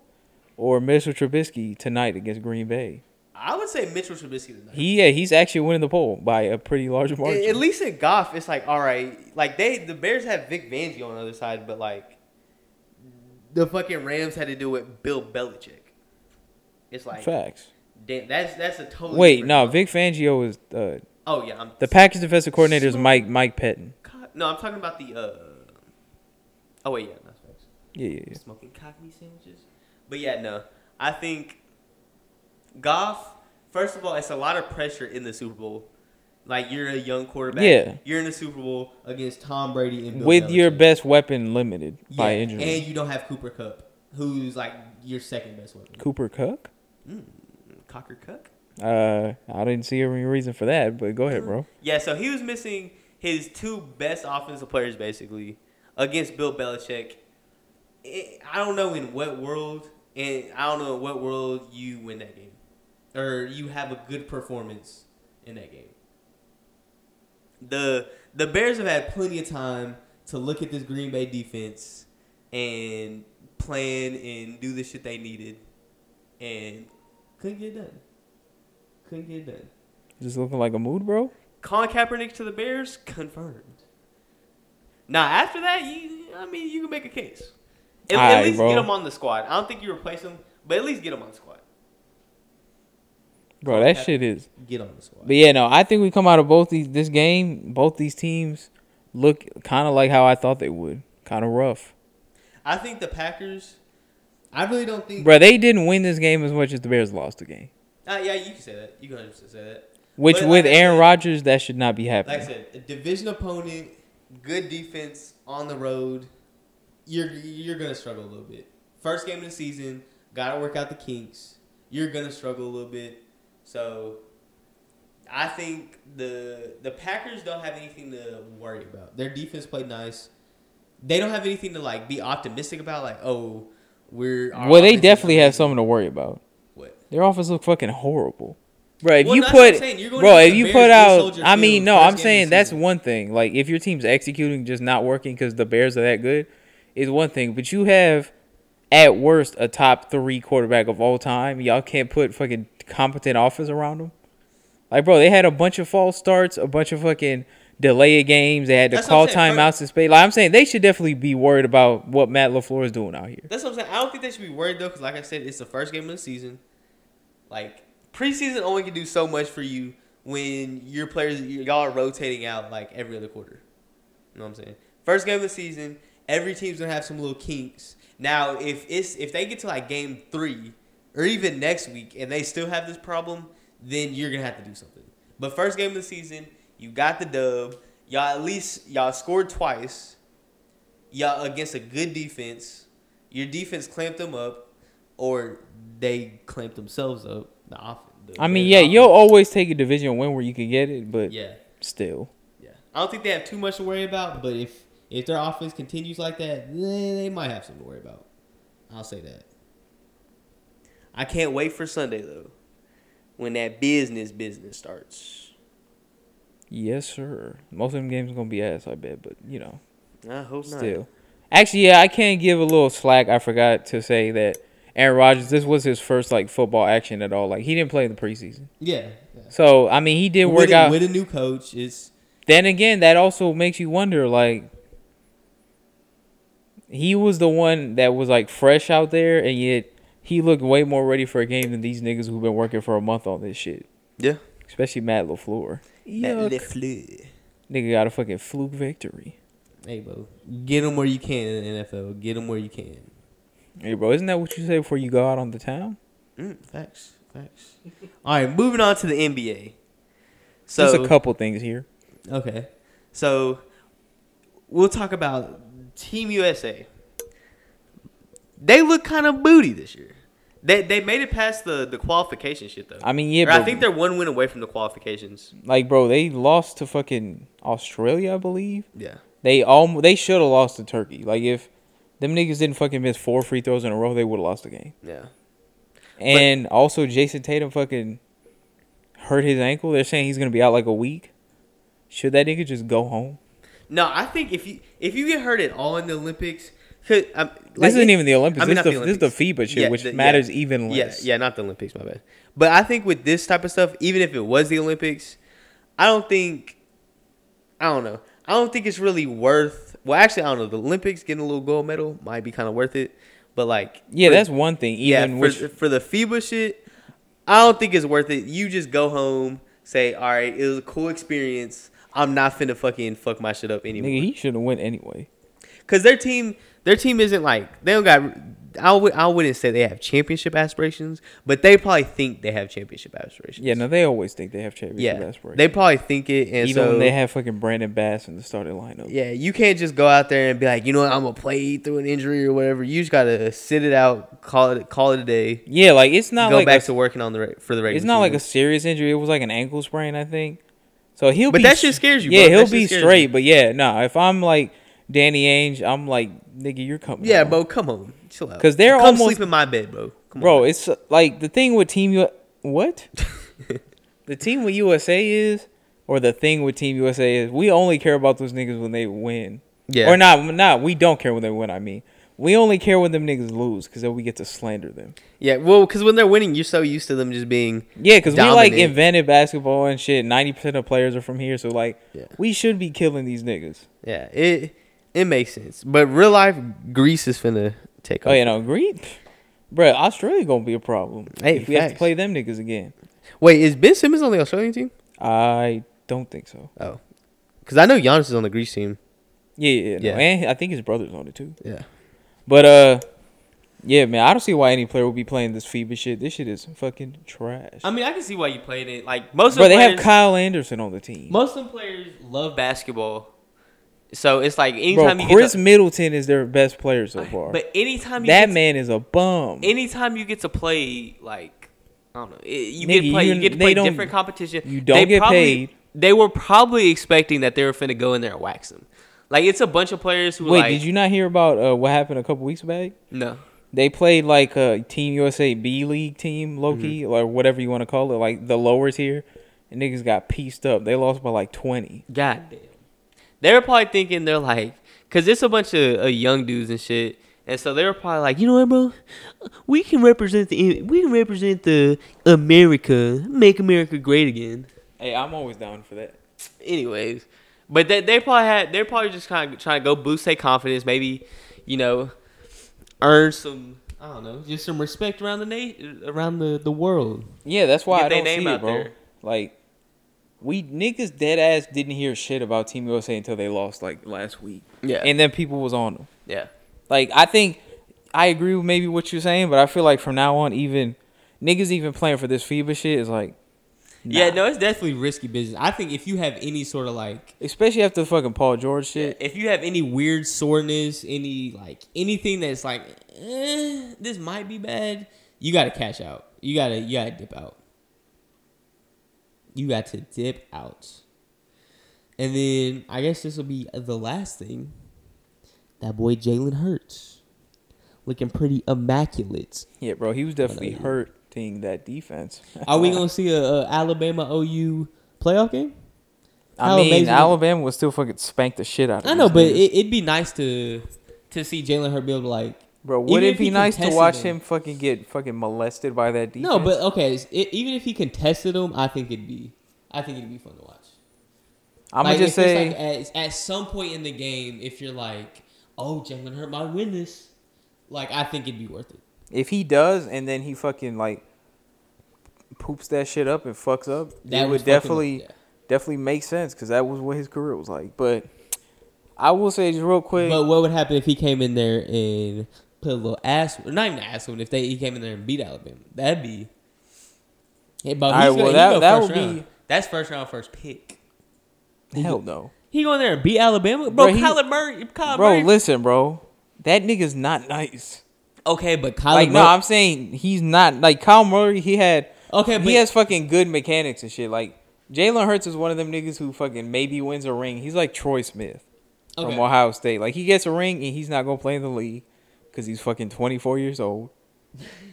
S1: or Mitchell Trubisky tonight against Green Bay.
S3: I would say Mitchell Trubisky tonight.
S1: He yeah, he's actually winning the poll by a pretty large margin.
S3: At least in golf, it's like all right, like they the Bears have Vic Fangio on the other side, but like the fucking Rams had to do with Bill Belichick. It's like
S1: Facts.
S3: damn, that's that's a total.
S1: Wait, no, Vic Fangio is uh,
S3: Oh yeah, I'm
S1: the Packers defensive coordinator is Mike Mike Pettin.
S3: co- no, I'm talking about the. uh Oh wait, yeah, that's right.
S1: Yeah, yeah, yeah.
S3: Smoking cockney sandwiches, but yeah, no, I think golf. First of all, it's a lot of pressure in the Super Bowl. Like you're a young quarterback.
S1: Yeah.
S3: You're in the Super Bowl against Tom Brady and Bill
S1: With your
S3: Belichick.
S1: best weapon limited by
S3: Yeah,
S1: injury.
S3: And you don't have Cooper Cup, who's like your second best weapon.
S1: Cooper Cook?
S3: Cocker Cup?
S1: Uh, I didn't see any reason for that, but go ahead, bro.
S3: Yeah, so he was missing his two best offensive players basically against Bill Belichick. It, I don't know in what world, and I don't know in what world you win that game or you have a good performance in that game. The the Bears have had plenty of time to look at this Green Bay defense and plan and do the shit they needed and couldn't get it done. Couldn't get it done.
S1: Just looking like a mood, bro.
S3: Colin Kaepernick to the Bears confirmed. Now after that, you I mean you can make a case. At, at
S1: Aye,
S3: least
S1: bro.
S3: get him on the squad. I don't think you replace him, but at least get him on the squad.
S1: Bro, that shit is.
S3: Get on the squad.
S1: But yeah, no, I think we come out of both these this game, both these teams look kind of like how I thought they would. Kind of rough.
S3: I think the Packers. I really don't think.
S1: Bro, they didn't win this game as much as the Bears lost the game.
S3: Ah, yeah, you can say that. You can 100% say that.
S1: Which
S3: But
S1: with
S3: like I
S1: Aaron
S3: said-
S1: Rodgers, that should not be happening.
S3: Like I said, a division opponent, good defense on the road. You're you're gonna struggle a little bit. First game of the season, gotta work out the kinks. You're gonna struggle a little bit. So, I think the the Packers don't have anything to worry about. Their defense played nice. They don't have anything to like be optimistic about. Like, oh, we're our
S1: well, they
S3: offense is
S1: definitely have
S3: amazing.
S1: something to worry about.
S3: What?
S1: Their offense look fucking horrible. Bro, if
S3: Well,
S1: you
S3: that's what I'm
S1: put
S3: saying. You're going
S1: bro,
S3: against
S1: if
S3: the
S1: you
S3: Bears
S1: put
S3: in
S1: out,
S3: Soldier
S1: I
S3: Field
S1: mean,
S3: first
S1: no,
S3: game
S1: I'm
S3: of the
S1: saying that's
S3: season.
S1: one thing. Like if your team's executing just not working because the Bears are that good is one thing, but you have at worst a top three quarterback of all time. Y'all can't put fucking competent offense around them. Like bro, they had a bunch of false starts, a bunch of fucking delay of games. They had to
S3: That's
S1: call
S3: what I'm saying.
S1: timeouts and space. Like I'm saying, they should definitely be worried about what Matt Lafleur is doing out here.
S3: That's what I'm saying. I don't think they should be worried though, because like I said, it's the first game of the season. Like preseason only can do so much for you when your players y'all are rotating out like every other quarter. You know what I'm saying? First game of the season, every team's gonna have some little kinks. Now, if it's if they get to like game three or even next week and they still have this problem, then you're gonna have to do something. But first game of the season, you got the dub. Y'all at least y'all scored twice y'all against a good defense. Your defense clamped them up, or they clamped themselves up. The off. the
S1: I mean,
S3: Bears
S1: yeah,
S3: offense.
S1: you'll always take a division win where you can get it, but
S3: Yeah,
S1: still.
S3: yeah. I don't think they have too much to worry about, but if if their offense continues like that, they, they might have something to worry about. I'll say that. I can't wait for Sunday though, when that business business starts.
S1: Yes, sir. Most of them games gonna be ass, I bet, but you know,
S3: I hope not.
S1: still. Actually, yeah, I can give a little slack. I forgot to say that Aaron Rodgers, this was his first like football action at all. Like he didn't play in the preseason,
S3: Yeah. yeah.
S1: so I mean, he did work
S3: with, a-
S1: out.
S3: with a new coach. It's
S1: then again, that also makes you wonder, like. He was the one that was like fresh out there, and yet he looked way more ready for a game than these niggas who've been working for a month on this shit.
S3: yeah.
S1: Especially Matt LaFleur.
S3: That
S1: Yuck.
S3: LeFleur.
S1: Nigga got a fucking fluke victory.
S3: Hey, bro. Get them where you can in the NFL. Get them where you can.
S1: Hey, bro, isn't that what you say before you go out on the town?
S3: Mm, facts. Facts. All right, moving on to the NBA. So,
S1: There's a couple things here.
S3: okay. So, we'll talk about Team USA. They look kind of booty this year. They, they made it past the, the qualification shit, though.
S1: I mean, yeah,
S3: Or I
S1: but-
S3: think they're one win away from the qualifications.
S1: Like, bro, they lost to fucking Australia, I believe.
S3: Yeah.
S1: They almost they should have lost to Turkey. Like, if them niggas didn't fucking miss four free throws in a row, they would have lost the game.
S3: Yeah.
S1: And also, Jason Tatum fucking hurt his ankle. They're saying he's gonna be out like a week. Should that nigga just go home?
S3: No, I think if you if you get hurt at all in the Olympics, Cause, um, like,
S1: this isn't even the Olympics.
S3: I mean,
S1: this,
S3: not
S1: is the,
S3: the
S1: this is the FIBA shit,
S3: Yeah,
S1: which
S3: the- yeah.
S1: matters even
S3: Yeah,
S1: less.
S3: yeah, not the Olympics, my bad. But I think with this type of stuff, even if it was the Olympics, I don't think, I don't know, I don't think it's really worth. Well, actually, I don't know. The Olympics getting a little gold medal might be kind of worth it, but like,
S1: Yeah,
S3: for-
S1: that's one thing. Even
S3: yeah,
S1: which
S3: for, for the FIBA shit, I don't think it's worth it. You just go home, say, all right, it was a cool experience. I'm not finna fucking fuck my shit up anymore.
S1: nigga, he should have went anyway.
S3: Cause their team, their team isn't like they don't got. I would I wouldn't say they have championship aspirations, but they probably think they have championship aspirations.
S1: Yeah, no, they always think they have championship
S3: yeah,
S1: aspirations.
S3: they probably think it, and
S1: even
S3: so
S1: when they have fucking Brandon Bass in the starting lineup.
S3: yeah, you can't just go out there and be like, you know what, I'm gonna play through an injury or whatever. You just gotta sit it out, call it call it a day,
S1: Yeah, like it's not
S3: go
S1: like
S3: back
S1: a,
S3: to working on the re- for the regular.
S1: it's not like a
S3: season.
S1: serious injury. It was like an ankle sprain, I think. So he'll
S3: But
S1: be
S3: that shit scares you,
S1: Yeah,
S3: bro. That
S1: he'll
S3: shit
S1: be
S3: scares
S1: straight.
S3: you.
S1: But yeah, nah. If I'm like Danny Ainge, I'm like nigga, you're coming.
S3: yeah,
S1: home.
S3: bro. Come home, chill out.
S1: 'Cause they're
S3: come
S1: almost-
S3: sleep in my bed, bro. Come
S1: Bro,
S3: <laughs> on.
S1: it's uh, like the thing with Team U. What? the team with USA is, or the thing with Team USA is, we only care about those niggas when they win.
S3: Yeah.
S1: Or not, not. We don't care when they win. I mean, we only care when them niggas lose, cause then we get to slander them.
S3: yeah. Well, because when they're winning, you're so used to them just being
S1: Yeah, because we like
S3: Dominant.
S1: invented basketball and shit. Ninety percent of players are from here, so like
S3: Yeah.
S1: we should be killing these niggas.
S3: Yeah, it it makes sense. But real life, Greece is finna take
S1: Oh
S3: over.
S1: yeah, no, Greek, bruh, Australia gonna be a problem
S3: Hey,
S1: if we have to
S3: facts.
S1: play them niggas again.
S3: Wait, is Ben Simmons on the Australian team?
S1: I don't think so.
S3: Oh, because I know Giannis is on the Greece team.
S1: Yeah, yeah, yeah. no,
S3: Yeah.
S1: and I think his brother's on it too.
S3: Yeah,
S1: But uh, yeah, man, I don't see why any player would be playing this FIBA shit. This shit is fucking trash.
S3: I mean, I can see why you played it. Like most of
S1: Bro,
S3: the
S1: they
S3: players,
S1: have Kyle Anderson on the team.
S3: most of the players love basketball, so it's like anytime
S1: Bro,
S3: you
S1: Chris
S3: get
S1: Middleton is their best player so
S3: to,
S1: far.
S3: but anytime you
S1: that
S3: get to-
S1: man is a bum.
S3: anytime you get to play, like I don't know, it, you
S1: Nigga,
S3: get play, you,
S1: you-
S3: get to
S1: they
S3: play
S1: don't-
S3: different competition.
S1: you don't get paid.
S3: They were probably expecting that they were finna go in there and wax them. Like it's a bunch of players who
S1: Wait,
S3: like
S1: did you not hear about uh, what happened a couple weeks back?
S3: no.
S1: They played like a Team USA B League team, low key,
S3: Mm-hmm.
S1: or whatever you want to call it, like the lower tier. And niggas got pieced up. They lost by like twenty.
S3: God damn. They were probably thinking they're like, because it's a bunch of uh, young dudes and shit. And so they were probably like, you know what, bro? We can represent the we can represent the America, make America great again.
S1: Hey, I'm always down for that.
S3: Anyways, but they they probably had they're probably just kind of trying to go boost their confidence, maybe, you know, earn some I don't know, just some respect around the na- around the the world.
S1: Yeah, that's why
S3: Get
S1: I
S3: they
S1: don't
S3: name
S1: see
S3: out
S1: it, bro.
S3: there.
S1: Like, we niggas dead ass didn't hear shit about Team USA until they lost like last week,
S3: Yeah,
S1: and then people was on them.
S3: yeah,
S1: Like, I think I agree with maybe what you're saying, but I feel like from now on, even niggas even playing for this FIBA shit is like,
S3: yeah.
S1: nah.
S3: No, it's definitely risky business. I think if you have any sort of like
S1: especially after the fucking Paul George shit.
S3: If you have any weird soreness, any like anything that's like eh, this might be bad, you gotta cash out. You gotta you gotta dip out. You got to dip out. And then I guess this will be the last thing. That boy Jalen Hurts, looking pretty immaculate.
S1: <laughs> Yeah, bro, he was definitely
S3: yeah.
S1: hurting that defense.
S3: Are we gonna see a, a Alabama OU playoff game?
S1: I
S3: how
S1: mean,
S3: amazing-
S1: Alabama was still fucking spanked the shit out of.
S3: I know,
S1: these
S3: but
S1: niggas.
S3: it, it'd be nice to to see Jalen Hurts be able to like
S1: bro, would
S3: even
S1: it
S3: if
S1: be
S3: he
S1: nice to
S3: contested
S1: watch
S3: them-
S1: him fucking get fucking molested by that defense?
S3: No, but okay. it's- It, even if he contested him, I think it'd be, I think it'd be fun to watch.
S1: I'm
S3: Like,
S1: gonna just
S3: if it's
S1: say,
S3: like at, at some point in the game, if you're like, oh, Jalen Hurt might win this, like I think it'd be worth it.
S1: if he does, and then he fucking like poops that shit up and fucks up, it
S3: That would
S1: would
S3: fucking-
S1: definitely
S3: yeah.
S1: definitely make sense because that was what his career was like. But I will say just real quick,
S3: But what would happen if he came in there and put a little ass, or not even an ass one, if they he came in there and beat Alabama, that'd be. Hey, but
S1: All right,
S3: he's
S1: well,
S3: gonna,
S1: that-
S3: that,
S1: that
S3: that would
S1: would
S3: round.
S1: be-
S3: that's first round first pick.
S1: hell no,
S3: He going there and beat Alabama, bro.
S1: Bro, he-
S3: Kyler Murray, Kyler
S1: bro.
S3: Murray.
S1: Listen, bro, that nigga's not nice.
S3: okay, but Kyler
S1: Like no,
S3: Murray,
S1: I'm saying he's not like Kyle Murray. He had
S3: Okay, but-
S1: he has fucking good mechanics and shit. Like Jalen Hurts is one of them niggas who fucking maybe wins a ring. He's like Troy Smith
S3: Okay.
S1: from Ohio State. Like he gets a ring and he's not gonna play in the league because he's fucking 24 years
S3: <laughs>
S1: old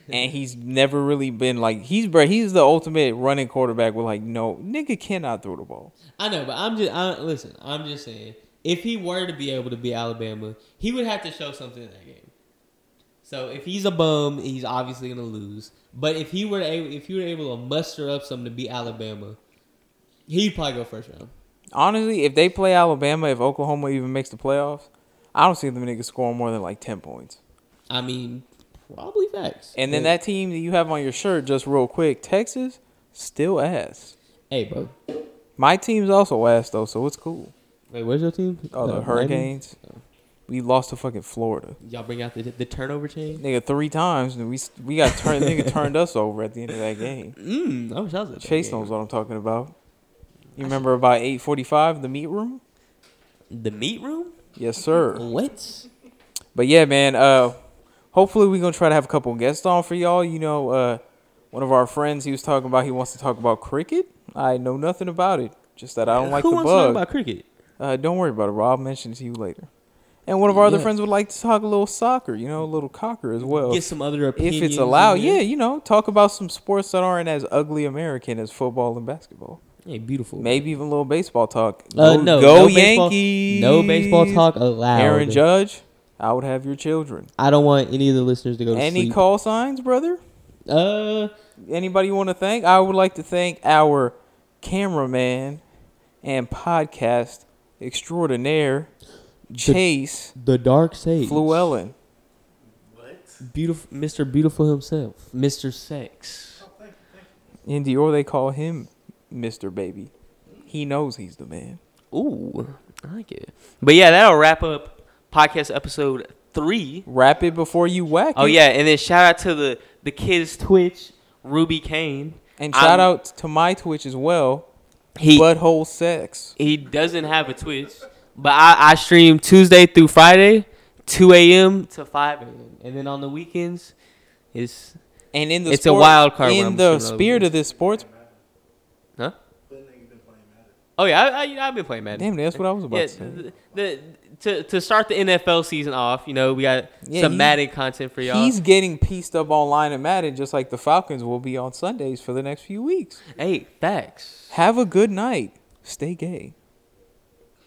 S1: and he's never really been like he's bro. He's the ultimate running quarterback with like no nigga cannot throw the ball.
S3: I know, but I'm just I, listen. I'm just saying if he were to be able to be Alabama, he would have to show something in that game. So if he's a bum, he's obviously gonna lose. But if he were to, able, if you were able to muster up something to beat Alabama, he'd probably go first round.
S1: Honestly, if they play Alabama, if Oklahoma even makes the playoffs, I don't see them niggas scoring more than like ten points.
S3: I mean, probably facts.
S1: And then
S3: But-
S1: that team that you have on your shirt, just real quick, Texas still ass.
S3: hey, bro,
S1: My team's also ass though, so it's cool.
S3: wait, where's your team?
S1: Oh, the
S3: Lightning?
S1: Hurricanes. We lost to fucking Florida,
S3: Y'all bring out the the turnover chain.
S1: nigga, three times, and we we got
S3: <laughs>
S1: turned. nigga turned us over at the end of that game.
S3: Mm, I wish I was at that
S1: Chase
S3: game.
S1: knows what I'm talking about. You remember about eight forty-five, the meat room?
S3: The meat room?
S1: Yes, sir.
S3: What?
S1: But yeah, man. Uh, hopefully we're gonna try to have a couple guests on for y'all. You know, uh, one of our friends he was talking about he wants to talk about cricket. I know nothing about it. Just that I don't like
S3: Who
S1: the
S3: wants to talk
S1: bug.
S3: about cricket?
S1: uh, don't worry about it, bro. I'll mention it to you later. And one of our other
S3: Yeah.
S1: friends would like to talk a little soccer. You know, a little cocker as well.
S3: Get some other opinions.
S1: if it's
S3: in
S1: allowed,
S3: there.
S1: yeah, you know, talk about some sports that aren't as ugly American as football and basketball.
S3: Hey, beautiful.
S1: Maybe even a little baseball talk.
S3: Uh,
S1: go
S3: no,
S1: go
S3: no baseball-
S1: Yankees.
S3: No baseball talk allowed.
S1: Aaron Judge, I would have your children.
S3: I don't want any of the listeners to go to
S1: Any
S3: sleep.
S1: call signs, brother?
S3: uh,
S1: Anybody you want to thank? I would like to thank our cameraman and podcast extraordinaire, Chase
S3: the dark sage.
S1: Fluellen.
S4: What?
S3: Beautiful, Mr. Beautiful himself, Mr. Sex.
S1: In Dior, they call him Mr. Baby. He knows he's the man.
S3: Ooh, I like it. But yeah, that'll wrap up podcast episode three.
S1: Wrap it before you whack
S3: Oh
S1: it.
S3: yeah, and then shout out to the the kids Twitch, Ruby Kane.
S1: And
S3: I'm-
S1: shout out to my Twitch as well,
S3: He
S1: Butthole Sex.
S3: he doesn't have a Twitch, but I, I stream Tuesday through Friday, two a.m. to five a.m. And then on the weekends, it's
S1: And in the
S3: It's a wild card when I'm
S1: In the
S3: streaming on
S1: spirit of this sports,
S3: huh?
S4: That nigga been playing Madden.
S3: Oh yeah, I, I, you know, I've been playing Madden.
S1: damn, that's what I was about
S3: yeah,
S1: to say.
S3: the, the, to to start the NFL season off, you know, we got
S1: Yeah,
S3: some
S1: he-
S3: Madden content for y'all.
S1: He's getting pieced up online at Madden, just like the Falcons will be on Sundays for the next few weeks.
S3: Hey, facts.
S1: Have a good night. Stay gay.